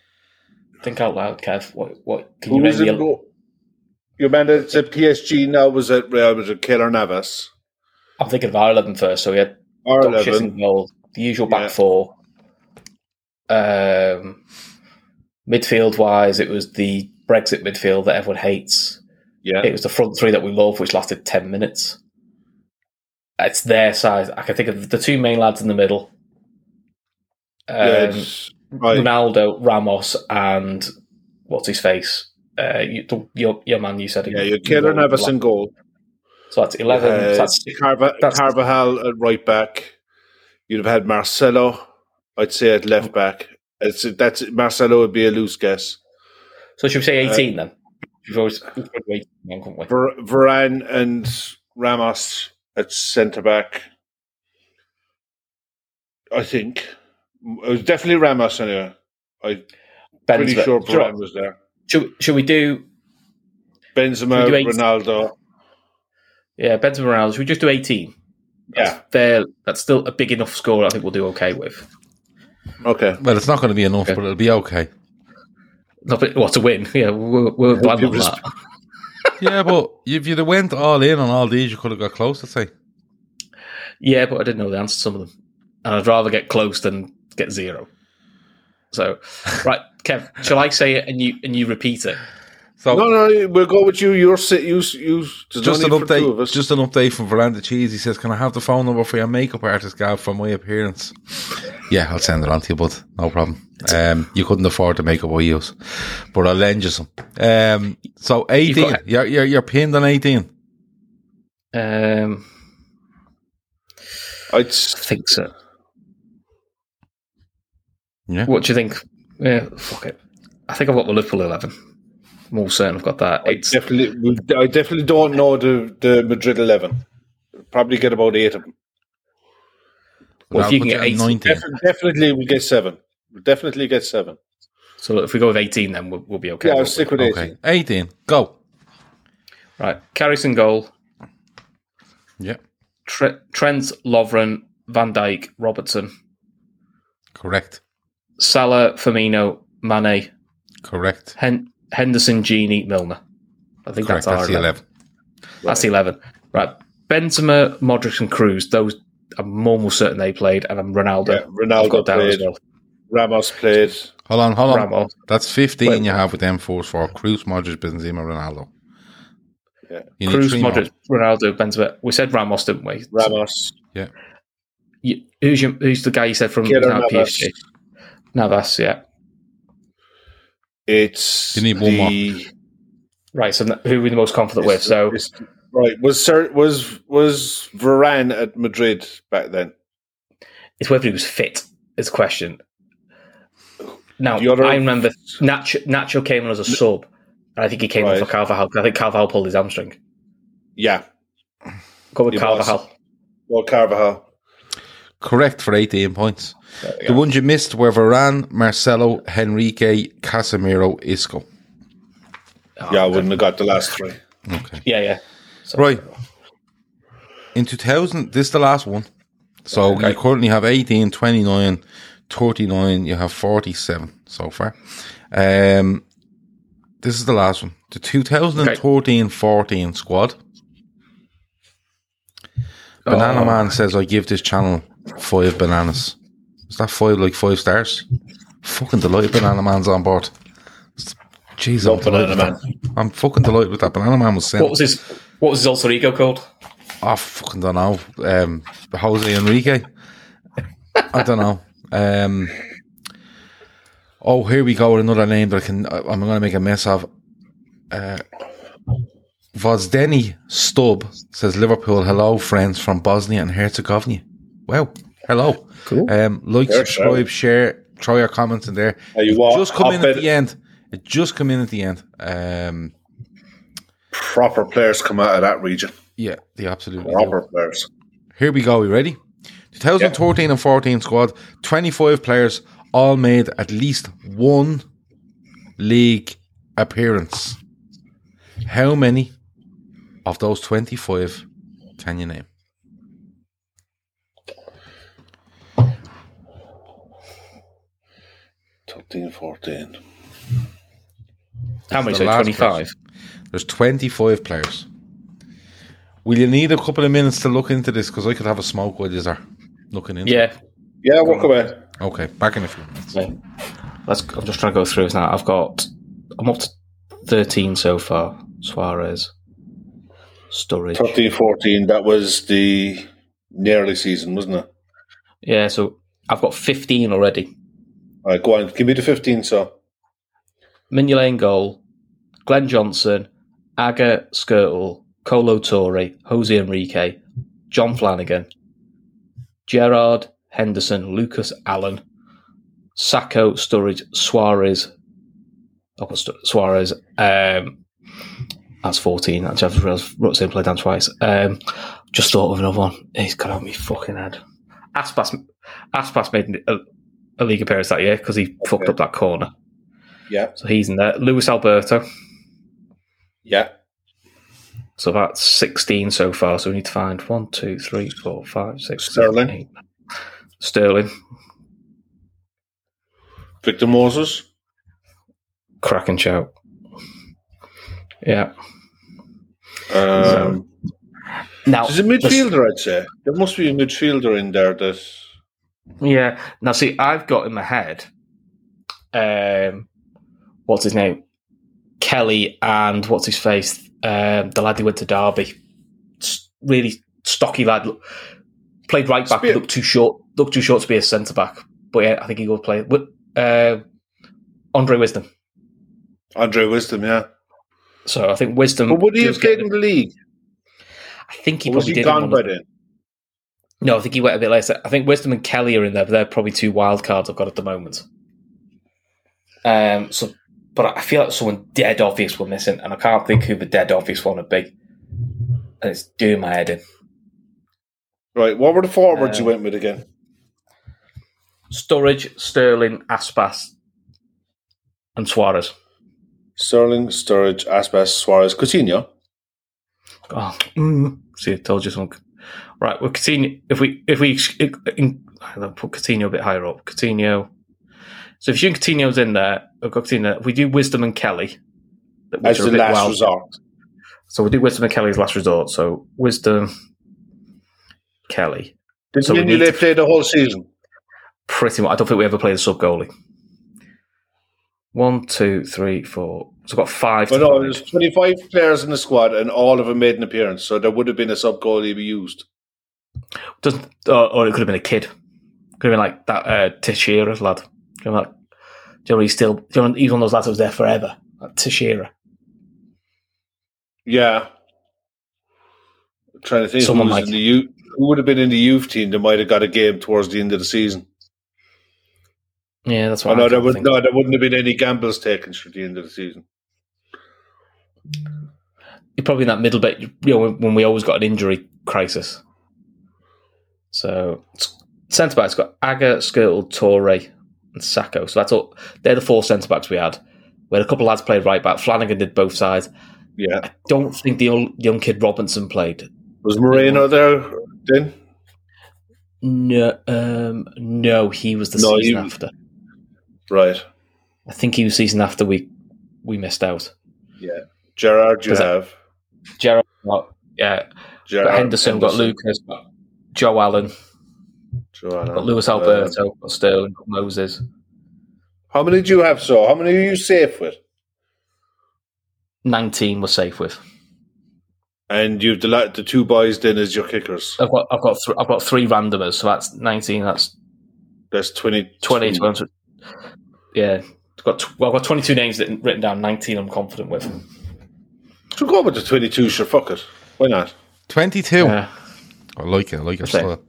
Think out loud, Kev. What? What? Can
Who
you name
was
the
in
el-
goal? You meant it said PSG. Now was it Real Madrid? Keylor Navas.
I'm thinking of our eleven first. So we had
Or
Doc Shits
eleven.
in goal, the usual back
Yeah.
four. Um, midfield wise, it was the Brexit midfield that everyone hates.
Yeah.
It was the front three that we love, which lasted ten minutes. It's their size. I can think of the two main lads in the middle. Um,
Yeah, it's- right.
Ronaldo, Ramos, and what's his face? Uh, you, the- your your man you said
Yeah, you Keylor Navas in goal.
So that's eleven.
Uh,
so that's six.
Carva-
that's-
Carvajal at right back. You'd have had Marcelo. I'd say at
Oh.
left back. It's that's Marcelo would be a loose guess.
So should we say eighteen then? We've always we've already waited long, haven't we?
Ver- Varane and Ramos at centre back. I think it was definitely Ramos anyway. I'm pretty
Ben's
sure
do you know
Varane
what?
was there.
Should, should we do
Benzema,
Should we do eight?
Ronaldo.
yeah Benzema Morales? Should we just do eighteen?
Yeah.
Fair. That's still a big enough score. I think we'll do okay with.
Okay.
Well, it's not going to be enough,
Okay.
but it'll be okay.
Not but what a win. [LAUGHS] Yeah, we're, we're glad
you
on that.
yeah, but if you'd have went all in on all these, you could have got close. I'd say.
Yeah, but I didn't know the answer to some of them, and I'd rather get close than get zero. So, [LAUGHS] right, Kev, shall I say it and you and you repeat it?
So
No, no, we'll go with you. You're sit. You, you. there's
just
no
an
need for two of
update.
us.
Just an update from Veranda Cheese. He says, "Can I have the phone number for your makeup artist, Gav, for my appearance?" yeah, I'll send it on to you, bud. No problem. Um, you couldn't afford the makeup I use, but I'll lend you some. Um, so eighteen.
got-
You're, you're you're pinned on eighteen.
Um,
I'd
I
s-
think so.
Yeah.
What do you think? Yeah, fuck it. I think I've got the Liverpool eleven. I'm all certain I've got that. It's
definitely. would- I definitely don't know the the Madrid eleven. Probably get about eight of them.
Well, if
I'll
you
put
can get
on
18,
nineteen.
Defi- definitely, we get seven. We definitely get seven.
so. Look, if we go with eighteen, then we'll, we'll be okay.
Yeah, I'll
won't we?
stick with eight.
Okay, eighteen. Go.
Right, Carrison goal.
Yeah,
Tre- Trent, Lovren, Van Dijk, Robertson,
correct,
Salah, Firmino, Mane,
correct.
Hen- Henderson, Genie, Milner. I think
Correct.
that's our
That's the eleven.
That's the 11. Right. Benzema, Modric, and Cruz, those I'm almost certain they played, and I'm Ronaldo.
Yeah, Ronaldo
I've got down
played.
as well.
Ramos played.
Hold on, hold on.
Ramos.
That's 15
Wait.
you have with them fours for Cruz, Modric, Benzema, Ronaldo.
Yeah.
You need
Cruz,
three more.
Modric, Ronaldo, Benzema. We said Ramos, didn't we?
Ramos.
Yeah.
You- who's, your, who's the guy you said from
Keylor
now
Navas.
PSG? Navas, yeah.
It's
You need one more.
the-
Right, so n- who are we the most confident with?
it's-
So
it's- right was Sir, was was Varane at Madrid back then?
it's whether he was fit is the question. Now
The other-
I remember Nacho, Nacho came on as a sub, and I think he came on
Right.
for Carvajal. I think Carvajal pulled his hamstring.
Yeah.
Go with
He was.
Carvajal.
Well, Carvajal.
Correct for 18 points. The ones you missed were Varane, Marcelo, Henrique, Casemiro, Isco.
Ah,
yeah, I wouldn't have got the last three.
Okay.
Yeah, yeah. So,
Right. in 2000, this is the last one. So you currently have 18, 29, 39, you have 47 so far. Um, this is the last one. The 2013 14 squad.
Oh.
Banana Man says, I give this channel five bananas. Is that five like five stars? Fucking delighted Banana Man's on board. Jeez, I'm
Love Banana
delighted. with that. I'm fucking delighted with that. Banana Man was sent.
What was his What was his alter ego called?
I Ah, fucking don't know. Um, Jose Enrique. I don't know. Um, oh, here we go with another name that I can. I- I'm going to make a mess of. Uh, Vozdeni Stubb says Liverpool. Hello, friends from Bosnia and Herzegovina. Wow. Hello. Cool. Um, like,
Fair
subscribe, share, throw your comments in there.
Hey, you
It
what?
just come
I'll
in
bet-
at the end. It just come in at the end. Um,
Proper players come out of that region.
yeah, the absolute
Proper players.
Here we go. We ready? 2013 and 14 squad, 25 players, all made at least one league appearance. How many of those 25 can you name?
Thirteen, fourteen.
How many?
the
So
last
twenty five.
There's 25 players. Will you need a couple of minutes to look into this? Because I could have a smoke while you're looking into
Yeah.
Yeah, walk away.
it. Okay, back in a few minutes.
yeah. Let's. I'm just trying to go through this now. I've got. I'm up to thirteen so far. Suarez, Sturridge.
Thirteen, fourteen. That was the nearly season, wasn't it?
Yeah. So I've got fifteen already.
All right, go on. Give me the 15, so.
Mignolet in goal, Glenn Johnson, Aga Skirtle, Colo Torre, Jose Enrique, John Flanagan, Gerard Henderson, Lucas Allen, Sacco, Sturridge, Suarez, I've got Stu- Suarez, um, that's 14. Actually, I've realised wrote the same play down twice. Um, just thought of another one. He's got on me fucking head. Aspas, Aspas made a, a league appearance that year because he fucked up that corner.
Yeah,
So he's in there. Luis Alberto.
yeah.
So that's 16 so far. So we need to find one, two, three, four, five, six, seven,
Sterling.
eight. Sterling.
Victor Moses.
Crack and shout. Yeah.
Um,
Now,
there's a midfielder, I'd say. There must be a midfielder in there that.
Yeah. Now, see, I've got in my head, um, what's his name? Kelly and what's his face? Um, the lad who went to Derby. S- really stocky lad. Look- Played right back,
Spear-
looked too short. Looked too short to be a centre back. But yeah, I think he would play. Wi- Uh, Andre Wisdom.
Andre Wisdom, yeah.
So I think Wisdom.
But would he
does
have played
get
in
the-
the league?
I think Mm, he
Or was
probably
he
did. in
gone
one
by
of-
then?
No, I think he went a bit later. I think Wisdom and Kelly are in there, but they're probably two wild cards I've got at the moment. Um, so, but I feel like someone dead obvious we're missing, and I can't think who the dead obvious one would be. And it's doing my head in.
Right, what were the forwards
Uh,
you went with again?
Sturridge, Sterling, Aspas, and Suarez.
Sterling, Sturridge, Aspas, Suarez, Coutinho.
Oh, mm. see, I told you something. Right, well, Coutinho. If we if we in, I'll put Coutinho a bit higher up, Coutinho. So if you and Coutinho's in there, we've got Coutinho. If we do Wisdom and Kelly, which
As
are a
the
bit
last
wild-
resort.
So we do Wisdom and Kelly's last resort. So Wisdom, Kelly,
Did
So we need
Mignolet
to-
play the whole season?
pretty much. I don't think we ever played a sub goalie. One, two, three, four. So I've got five.
But
to
no,
find.
there's 25 players in the squad and all of them made an appearance, so there would have been a sub goalie we used.
Doesn't, or, or oh, it could have been a kid. Could have been like that uh, Teixeira lad. Do you know that? Do you know he's still? Do you know he's one of those lads that was there forever? Like Teixeira.
Yeah. trying to think
Someone
who, was
like-
in the youth, who would have been in the youth team that might have got a game towards the end of the season.
Yeah, that's
Oh,
what.
no,
I
there
can't
would
think.
no, there wouldn't have been any gambles taken for the end of the season.
You're probably in that middle bit. You know, when, when we always got an injury crisis. So centre backs got Aga, Skirtle, Torre, and Sacco. So that's all. They're the four centre backs we had. We had a couple of lads played right back. Flanagan did both sides.
Yeah,
Don't think the old, young kid Robinson played.
Was Moreno there then?
No, um, no, he was the
No,
season
you-
after.
Right.
I think he was season after we we missed out.
Yeah. Gerard, you
Was it-
have.
Gerard, got- yeah,
Gerard
got Henderson, got Lucas, got Joe Allen,
Joanna,
got Luis
uh,
Alberto, got Sterling, got Moses.
how many do you have, so? How many are you safe with?
Nineteen we're safe with.
And you've the, la- the two boys then as your kickers.
I've got I've got th- I've got three randomers, so that's nineteen. That's
That's 20.
20, 20 yeah. I've got, tw- well, I've got 22 names that written down, 19 I'm confident with.
So go with the 22, sure. Fuck it. Why not?
22.
Yeah.
I like it. I like it.
Same.
slow.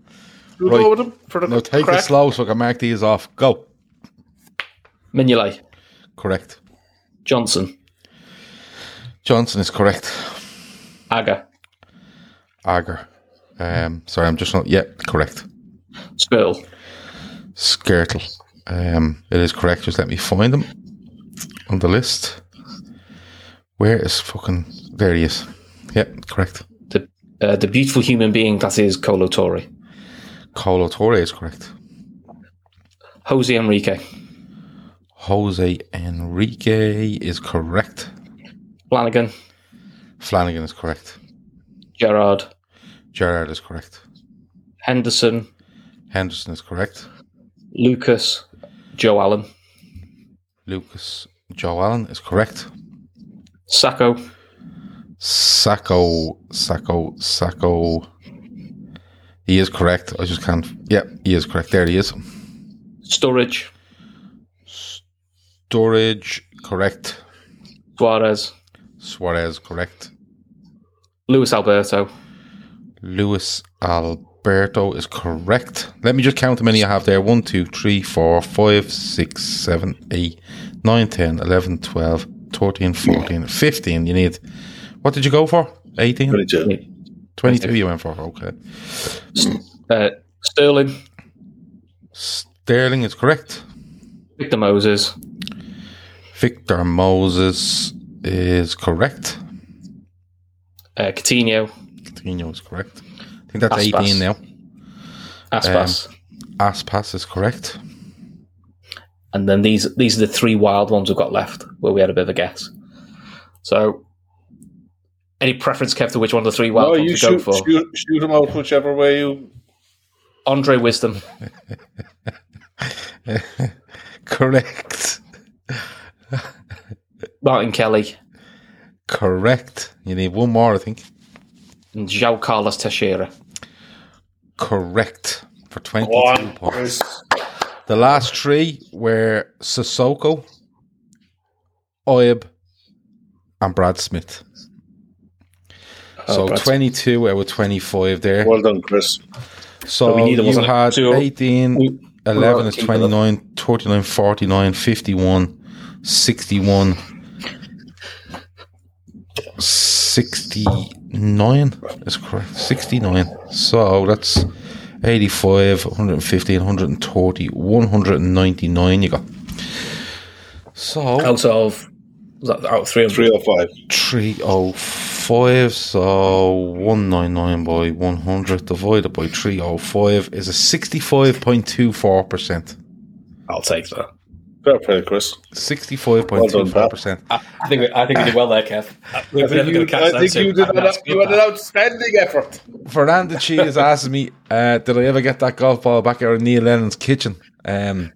We'll
Right.
go with them for the
Now take
crack.
it slow so I can mark these off. Go.
Mignolet,
Correct.
Johnson,
Johnson is correct.
Aga,
Agar. Um, sorry, I'm just not. Yeah, correct.
Skirl,
Skirtle. Um, it is correct. Just let me find him on the list. Where is fucking. There he is. Yep, correct.
the, uh, the beautiful human being that is Colo Torre,
Colo Torre is correct.
Jose Enrique,
Jose Enrique is correct.
Flanagan,
Flanagan is correct.
Gerard,
Gerard is correct.
Henderson,
Henderson is correct.
Lucas, Joe Allen,
Lucas Joe Allen is correct.
Sacco,
Sacco, Sacco, Sacco. He is correct. I just can't. Yeah, he is correct. There he is.
Sturridge,
Storage, correct.
Suarez,
Suarez, correct.
Luis Alberto,
Luis Alberto is correct. Let me just count how many I have there. 1, 2, 3, 4, 5, 6, 7, 8, 9, 10, 11, 12, 13, 14, 15. You need. What did you go for? 18?
22.
22 you went for. Okay.
uh, Sterling,
Sterling is correct.
Victor Moses,
Victor Moses is correct.
uh, Coutinho,
Coutinho is correct. I think that's
Aspas.
18 now.
Aspas.
Aspas is correct. [LAUGHS]
And then these these are the three wild ones we've got left where we had a bit of a guess. So, any preference, Kev, to which one of the three wild
No,
ones
you
to
shoot,
go for?
shoot, shoot them out whichever way you.
Andre Wisdom,
Correct.
Martin Kelly,
Correct. You need one more, I think.
and Joao Carlos Teixeira.
Correct. For 22
One.
points. The last three were Sissoko, Oib, and Brad Smith. so
Brad
22 out of 25 there.
Well done, Chris.
So
we knew there
you
wasn't a
had
two.
18,
We-
11 is
we were
29, 39, 49, 51, 61, 69 is correct. 69. So that's 85, 115, 130, 199 you got. So
Out of was that out of three hundred?
305.
305, so 199 by 100 divided by 305 is a 65.24%.
I'll take that.
Fair play, Chris. Well
65.24%.
I think we, I think we did well there, Kev. We're
I think you, I think you did an, you had an outstanding effort.
Fernanda Chi is asking me, uh, did I ever get that golf ball back out of Neil Lennon's kitchen? Um,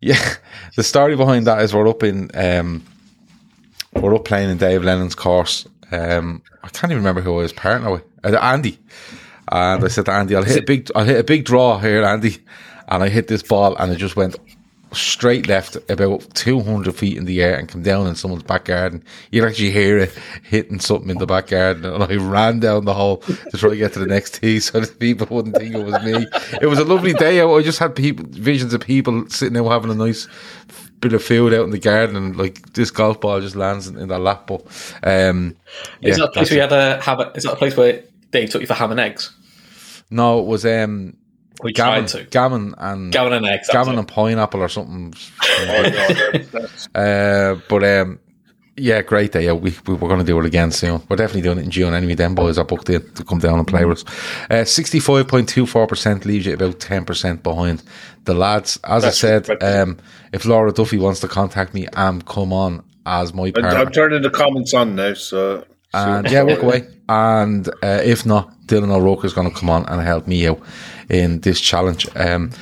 yeah, [LAUGHS] the story behind that is we're up in, um, we're up playing in Dave Lennon's course. Um, I can't even remember who I was partner with. Uh, Andy. And I said to Andy, I'll hit a big, I'll hit a big draw here, Andy. And I hit this ball and it just went straight left about 200 feet in the air and come down in someone's back garden. You'd actually hear it hitting something in the back garden. And I ran down the hole to try to get to the next tee so that people wouldn't think it was me. It was a lovely day out. I just had people, visions of people sitting there having a nice bit of food out in the garden and like this golf ball just lands in, in their lap. But, um,
Is
yeah,
that the place
that's
we
it.
had a ham? Is that the place where Dave took you for ham and eggs?
no, it was, um,
We
Gammon,
tried to.
gammon and
Gammon and eggs. that's
gammon [LAUGHS]
it.
and pineapple or something.
Oh, no, that's-
Uh, but um, yeah, great day. out. We, we we're going to do it again soon. We're definitely doing it in June anyway. Them boys are booked in to come down and play with us. Uh, Sixty-five point two four percent leaves you about ten percent behind the lads. As
That's
I said,
respectable.
um, if Laura Duffy wants to contact me, I'm come on as my
I,
partner.
I'm turning the comments on now, so
And yeah, walk away. And uh, if not, Dylan O'Rourke is going to come on and help me out in this challenge. Um,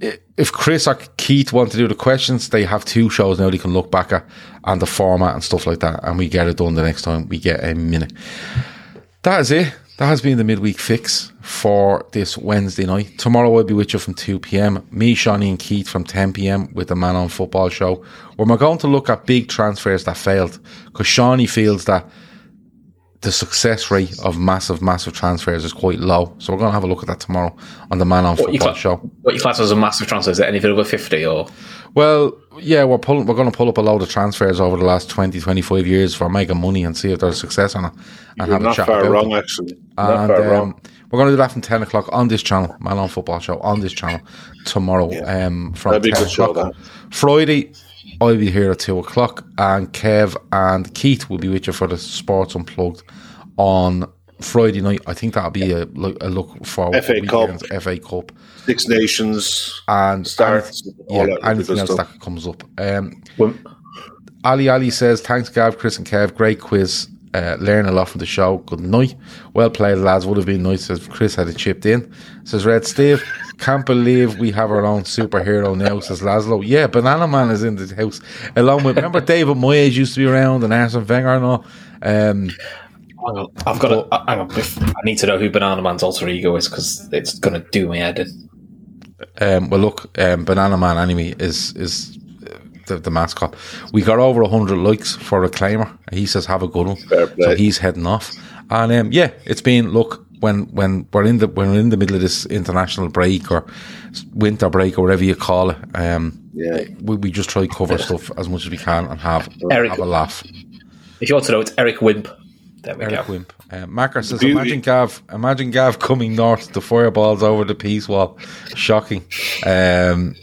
i- if Chris or Keith want to do the questions, they have two shows now they can look back at and the format and stuff like that. And we get it done the next time we get a minute. That is it. That has been the midweek fix for this Wednesday night. Tomorrow I'll be with you from 2 p.m. Me, Shawnee, and Keith from 10 p.m. with the Man on Football show, where we're going to look at big transfers that failed because Shawnee feels that the success rate of massive, massive transfers is quite low. So we're going to have a look at that tomorrow on the Man on
What you,
Football
cla-
show.
what you class as a massive transfer is it anything over 50 or
Well, yeah, we're pulling, we're going to pull up a load of transfers over the last 20, 25 years for making money and see if there's success on it and
you're
have a
not
chat
far
about
wrong,
it.
actually.
And,
Not far
um,
wrong.
we're going to do that from 10 o'clock on this channel, Man on Football Show, on this channel tomorrow um, from
That'd be a
10
good show,
o'clock. Friday, I'll be here at 2 o'clock, and Kev and Keith will be with you for the Sports Unplugged on Friday night. I think that'll be a, look- a look forward
FA
to
Cup.
weekend's FA Cup
Six Nations
and
starts.
yeah,
all that really
anything
good
else
stuff.
that comes up. Um,
Well-
Ali Ali says, thanks, Gav, Chris, and Kev. Great quiz. Uh, learn a lot from the show. Good night. Well played, lads. Would have been nice if Chris had it chipped in. Says Red Steve, can't believe we have our own superhero now. Says Laszlo. Yeah, Banana Man is in the house. Along with, remember David Moyes used to be around and Arsene Wenger and all. Um,
Hang on, I've got to. Hang on, bef- I need to know who Banana Man's alter ego is because it's going to do me head in.
Um, well, look, um, Banana Man anyway is is uh, the, the mascot. We got over hundred likes for a claimer. He says, "Have a good one." So
play.
he's heading off, and um, yeah, it's been look when when we're in the when we're in the middle of this international break or s- winter break or whatever you call it. Um,
Yeah.
we, we just try to
[LAUGHS]
cover stuff as much as we can and have
Eric-
have a laugh.
If you want to know, it's Eric Wimp. There we
Eric
go.
Wimp. Uh, Macker says,
beauty-
imagine Gav, imagine Gav coming north, the fireballs over the peace wall. Shocking. Um,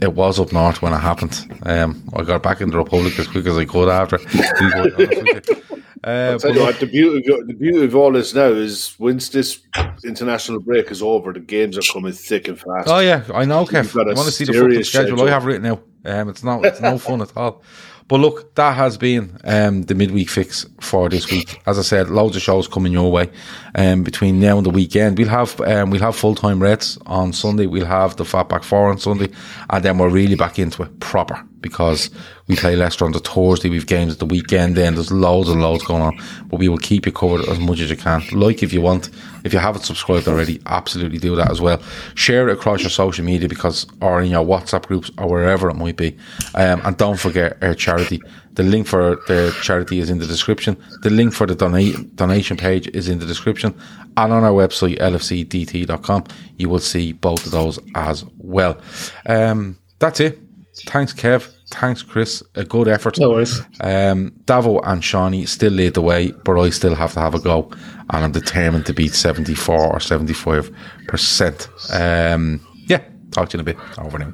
it was up north when it happened. Um, I got back in the Republic as quick as I could
[LAUGHS]
after. To be quite honest with you. Uh,
Tell
but
you
look,
what, the beauty, of, the beauty of all this now is once this international break is over, the games are coming thick and fast.
oh yeah, I know,
You've
Kev.
got
You
a
want to see the fucking
serious
schedule I
schedule.
have written out? Um, it's not, it's no fun at all. But look, that has been um, the midweek fix for this week. As I said, loads of shows coming your way um, between now and the weekend. We'll have um, we'll have full time Reds on Sunday. We'll have the Fatback Four on Sunday, and then we're really back into it proper because we play Leicester on the Thursday. We've games at the weekend. Then there's loads and loads going on, but we will keep you covered as much as you can. Like if you want, if you haven't subscribed already, absolutely do that as well. Share it across your social media because or in your WhatsApp groups or wherever it might be. Um, and don't forget our charity. The link for the charity is in the description. The link for the donate, donation page is in the description. And on our website, lfcdt.com, you will see both of those as well. Um, that's it. Thanks, Kev. Thanks, Chris. A good effort.
No worries.
Um, Davo and Shawnee still lead the way, but I still have to have a go, and I'm determined to beat 74 or 75 percent. Um, yeah, talk to you in a bit. Over now.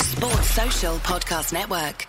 Sports Social Podcast Network.